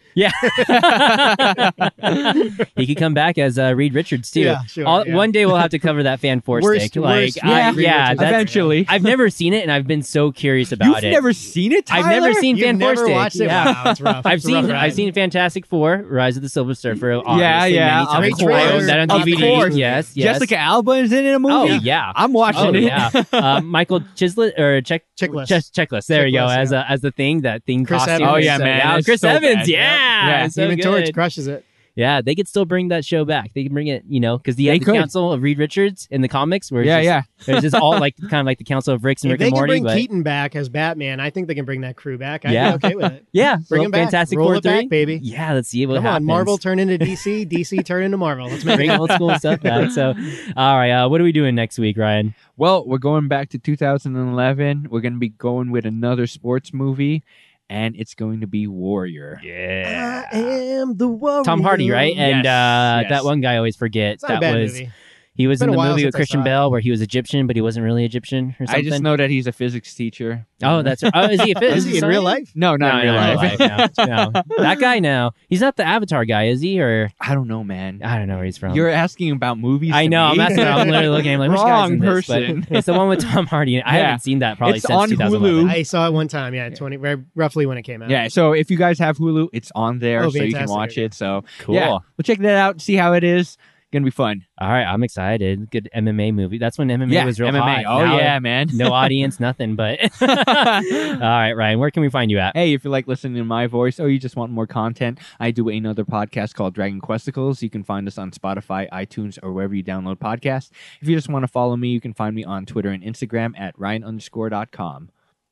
Speaker 1: he could come back as uh, Reed Richards too.
Speaker 3: Yeah, sure,
Speaker 1: All-
Speaker 3: yeah.
Speaker 1: One day we'll have to cover that fan force
Speaker 3: Worst-
Speaker 1: stick.
Speaker 3: worst-
Speaker 1: like, I-
Speaker 2: yeah,
Speaker 3: Reed
Speaker 1: yeah,
Speaker 3: Richards.
Speaker 1: that's,
Speaker 3: Event-
Speaker 2: Eventually,
Speaker 1: I've never seen it, and I've been so curious about
Speaker 2: you've
Speaker 1: it.
Speaker 2: never seen it.
Speaker 1: I've never
Speaker 2: Tyler?
Speaker 1: seen
Speaker 3: You've
Speaker 1: fan
Speaker 3: never
Speaker 1: force stick.
Speaker 3: watched it?
Speaker 1: Yeah.
Speaker 3: Wow, it's rough.
Speaker 1: I've
Speaker 3: It's a rough
Speaker 1: seen
Speaker 3: ride.
Speaker 1: I've seen Fantastic Four, Rise of the Silver Surfer, obviously
Speaker 2: Yeah, yeah,
Speaker 1: many
Speaker 2: of
Speaker 1: times. I own
Speaker 2: course,
Speaker 1: that on
Speaker 2: of
Speaker 1: DVD.
Speaker 2: course.
Speaker 1: Yes, yes.
Speaker 2: Jessica Alba is in it in a movie.
Speaker 1: Oh yeah,
Speaker 2: I'm watching
Speaker 1: oh
Speaker 2: it.
Speaker 1: yeah. Uh, Michael Chislet or check
Speaker 3: Chiklis.
Speaker 1: Ches- checklist. There you go.
Speaker 3: Chiklis,
Speaker 1: As
Speaker 3: yeah.
Speaker 1: a, as the thing that thing.
Speaker 3: Chris
Speaker 1: costume.
Speaker 3: Evans. Oh, yeah,
Speaker 1: So,
Speaker 2: man,
Speaker 1: yeah,
Speaker 2: it's
Speaker 1: Chris
Speaker 2: so
Speaker 1: Evans.
Speaker 2: bad.
Speaker 1: Yeah,
Speaker 2: Yeah.
Speaker 1: it's so
Speaker 3: Even Torch
Speaker 1: good.
Speaker 3: crushes it.
Speaker 1: Yeah, they could still bring that show back. They can bring it, you know, because the,
Speaker 2: They
Speaker 1: the
Speaker 2: could.
Speaker 1: council of Reed Richards in the comics, where it's
Speaker 2: yeah,
Speaker 1: just,
Speaker 2: yeah.
Speaker 1: it's just all like kind of like the council of Ricks and
Speaker 3: If
Speaker 1: Rick
Speaker 3: they
Speaker 1: and
Speaker 3: can
Speaker 1: Morty,
Speaker 3: bring
Speaker 1: but
Speaker 3: Keaton back as Batman, I think they can bring that crew back. I'd
Speaker 1: Yeah.
Speaker 3: be okay with it.
Speaker 1: yeah,
Speaker 3: Bring
Speaker 1: well,
Speaker 3: him back.
Speaker 1: Fantastic
Speaker 3: Roll
Speaker 1: Four
Speaker 3: it
Speaker 1: three,
Speaker 3: back, baby.
Speaker 1: Yeah, let's see what
Speaker 3: Come
Speaker 1: happens.
Speaker 3: on, Marvel turn into DC, DC turn into Marvel. Let's make
Speaker 1: bring
Speaker 3: it.
Speaker 1: old school stuff back. So, all right, uh, what are we doing next week, Ryan?
Speaker 2: Well, we're going back to 2011. We're going to be going with another sports movie, and it's going to be Warrior.
Speaker 1: Yeah,
Speaker 3: I am the warrior.
Speaker 1: Tom Hardy, right? And
Speaker 2: Yes,
Speaker 1: uh,
Speaker 2: yes.
Speaker 1: that one guy I always forgets.
Speaker 3: It's not a
Speaker 1: That
Speaker 3: bad
Speaker 1: was
Speaker 3: movie.
Speaker 1: he was
Speaker 3: Been
Speaker 1: in
Speaker 3: a
Speaker 1: the
Speaker 3: while
Speaker 1: movie with
Speaker 3: since I
Speaker 1: Christian
Speaker 3: saw it.
Speaker 1: Bell, where he was Egyptian, but he wasn't really Egyptian or
Speaker 2: I
Speaker 1: something.
Speaker 2: just know that he's a physics teacher.
Speaker 1: Oh, that's oh, is he a
Speaker 3: Is he in real life?
Speaker 2: no, not in real life.
Speaker 1: no, no. That guy now. He's not the Avatar guy, is he? Or
Speaker 2: I don't know, man.
Speaker 1: I don't know where he's from.
Speaker 2: You're asking about movies.
Speaker 1: I
Speaker 2: to
Speaker 1: know. I'm
Speaker 2: me?
Speaker 1: asking. I'm literally looking. I'm like, which guy's in
Speaker 2: Wrong
Speaker 1: this? But
Speaker 2: person.
Speaker 1: It's the one with Tom Hardy. I
Speaker 2: Yeah.
Speaker 1: haven't seen that probably
Speaker 2: It's
Speaker 1: since
Speaker 2: on
Speaker 1: 2011.
Speaker 2: Hulu.
Speaker 3: I saw it one time. Yeah, twenty right, roughly when it came out.
Speaker 2: Yeah, so if you guys have Hulu, it's on there,
Speaker 3: Oh,
Speaker 2: so you can
Speaker 3: fantastic.
Speaker 2: watch it. So
Speaker 1: Cool.
Speaker 2: yeah, we'll check that out, see how it is. Gonna be fun.
Speaker 1: All right, I'm excited. Good MMA movie. That's when MMA
Speaker 2: yeah,
Speaker 1: was real
Speaker 2: MMA.
Speaker 1: hot.
Speaker 2: Oh
Speaker 1: Now,
Speaker 2: yeah, man.
Speaker 1: no audience, nothing. But all right, Ryan, where can we find you at?
Speaker 2: Hey, if you like listening to my voice or you just want more content, I do another podcast called Dragon Questicles. You can find us on Spotify, iTunes, or wherever you download podcasts. If you just want to follow me, you can find me on Twitter and Instagram at Ryan underscore dot com.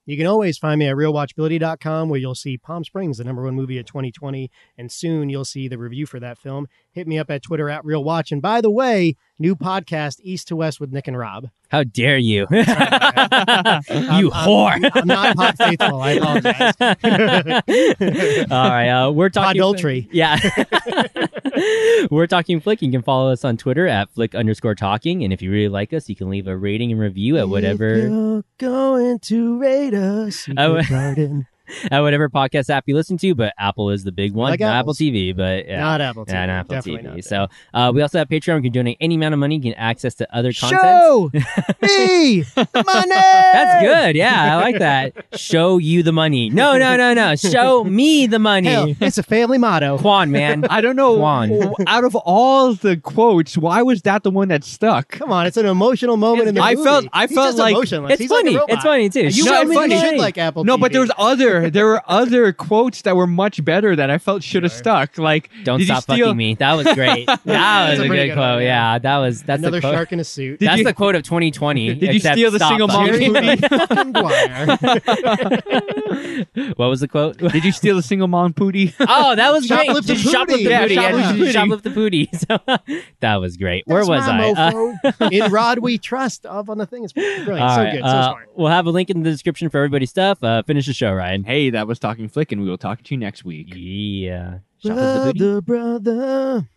Speaker 3: You can always find me at realwatchability.com where you'll see Palm Springs, the number one movie of 2020, and soon you'll see the review for that film. Hit me up at Twitter at RealWatch. And by the way, new podcast, East to West with Nick and Rob.
Speaker 1: How dare you? you
Speaker 3: I'm-
Speaker 1: whore.
Speaker 3: I'm not pod faithful. I apologize.
Speaker 1: all right, uh, we're talking
Speaker 3: Podultry.
Speaker 1: Yeah. We're Talking Flick. You can follow us on Twitter at flick underscore talking. And if you really like us, you can leave a rating and review at
Speaker 3: If
Speaker 1: whatever
Speaker 3: you're going to raid us.
Speaker 1: I would-
Speaker 3: garden.
Speaker 1: at whatever podcast app you listen to. But Apple is the big one.
Speaker 3: Like
Speaker 1: not Apple
Speaker 3: Apple's.
Speaker 1: TV, but yeah.
Speaker 3: Not Apple TV.
Speaker 1: Yeah, not Apple
Speaker 3: Definitely
Speaker 1: TV.
Speaker 3: not.
Speaker 1: so uh, we also have Patreon. You can donate any amount of money. You can access to other content.
Speaker 3: Show me the money.
Speaker 1: That's good. Yeah, I like that. Show you the money. No, no, no, no. Show me the money.
Speaker 3: Hell, it's a family motto.
Speaker 1: Quan, man.
Speaker 2: I don't know.
Speaker 1: Juan.
Speaker 2: w- Out of all the quotes, why was that the one that stuck?
Speaker 3: Come on, it's an emotional moment in the
Speaker 2: I
Speaker 3: movie.
Speaker 2: felt- I
Speaker 3: He's
Speaker 2: felt
Speaker 3: just
Speaker 2: like-
Speaker 3: emotionless.
Speaker 1: It's
Speaker 3: He's like a
Speaker 1: funny.
Speaker 3: robot.
Speaker 1: it's funny too.
Speaker 3: You
Speaker 2: No,
Speaker 3: know,
Speaker 2: it's
Speaker 3: funny.
Speaker 2: funny.
Speaker 3: should like Apple.
Speaker 2: No,
Speaker 3: TV.
Speaker 2: but there was other. There were other quotes that were much better that I felt should have
Speaker 3: Sure.
Speaker 2: stuck. Like,
Speaker 1: Don't
Speaker 2: did you
Speaker 1: stop
Speaker 2: steal-
Speaker 1: fucking me. That was great. that
Speaker 3: That's
Speaker 1: was
Speaker 3: a
Speaker 1: a,
Speaker 3: pretty
Speaker 1: good
Speaker 3: good
Speaker 1: quote.
Speaker 3: one, yeah.
Speaker 1: yeah. that was that's
Speaker 3: another
Speaker 1: the quote.
Speaker 3: shark in a suit.
Speaker 2: Did
Speaker 1: that's
Speaker 2: you-
Speaker 1: the quote of 2020.
Speaker 2: Did you
Speaker 1: except
Speaker 2: steal the
Speaker 1: stop
Speaker 2: single
Speaker 1: fucking
Speaker 2: mom?
Speaker 3: Jerry
Speaker 1: me.
Speaker 3: Moody fucking Dwyer.
Speaker 1: what was the quote?
Speaker 2: Did you steal a single mom pootie?
Speaker 1: Oh, that was great.
Speaker 3: Shoplift the
Speaker 1: Did you shoplift
Speaker 3: booty.
Speaker 1: the
Speaker 2: Yeah,
Speaker 1: booty. Yeah,
Speaker 2: shoplift
Speaker 1: did you
Speaker 2: the
Speaker 1: shoplift the booty. So, that was great. Where
Speaker 3: That's
Speaker 1: was
Speaker 3: my
Speaker 1: I? Uh,
Speaker 3: mofo. in Rod we trust. Up on the thing. It's brilliant.
Speaker 1: all
Speaker 3: so
Speaker 1: right,
Speaker 3: good.
Speaker 1: uh,
Speaker 3: so smart.
Speaker 1: we'll have a link in the description for everybody's stuff. Uh, finish the show, Ryan.
Speaker 2: hey, that was Talking Flick, and we will talk to you next week.
Speaker 1: Yeah. Shoplift the
Speaker 3: Brother,
Speaker 1: booty.
Speaker 3: brother.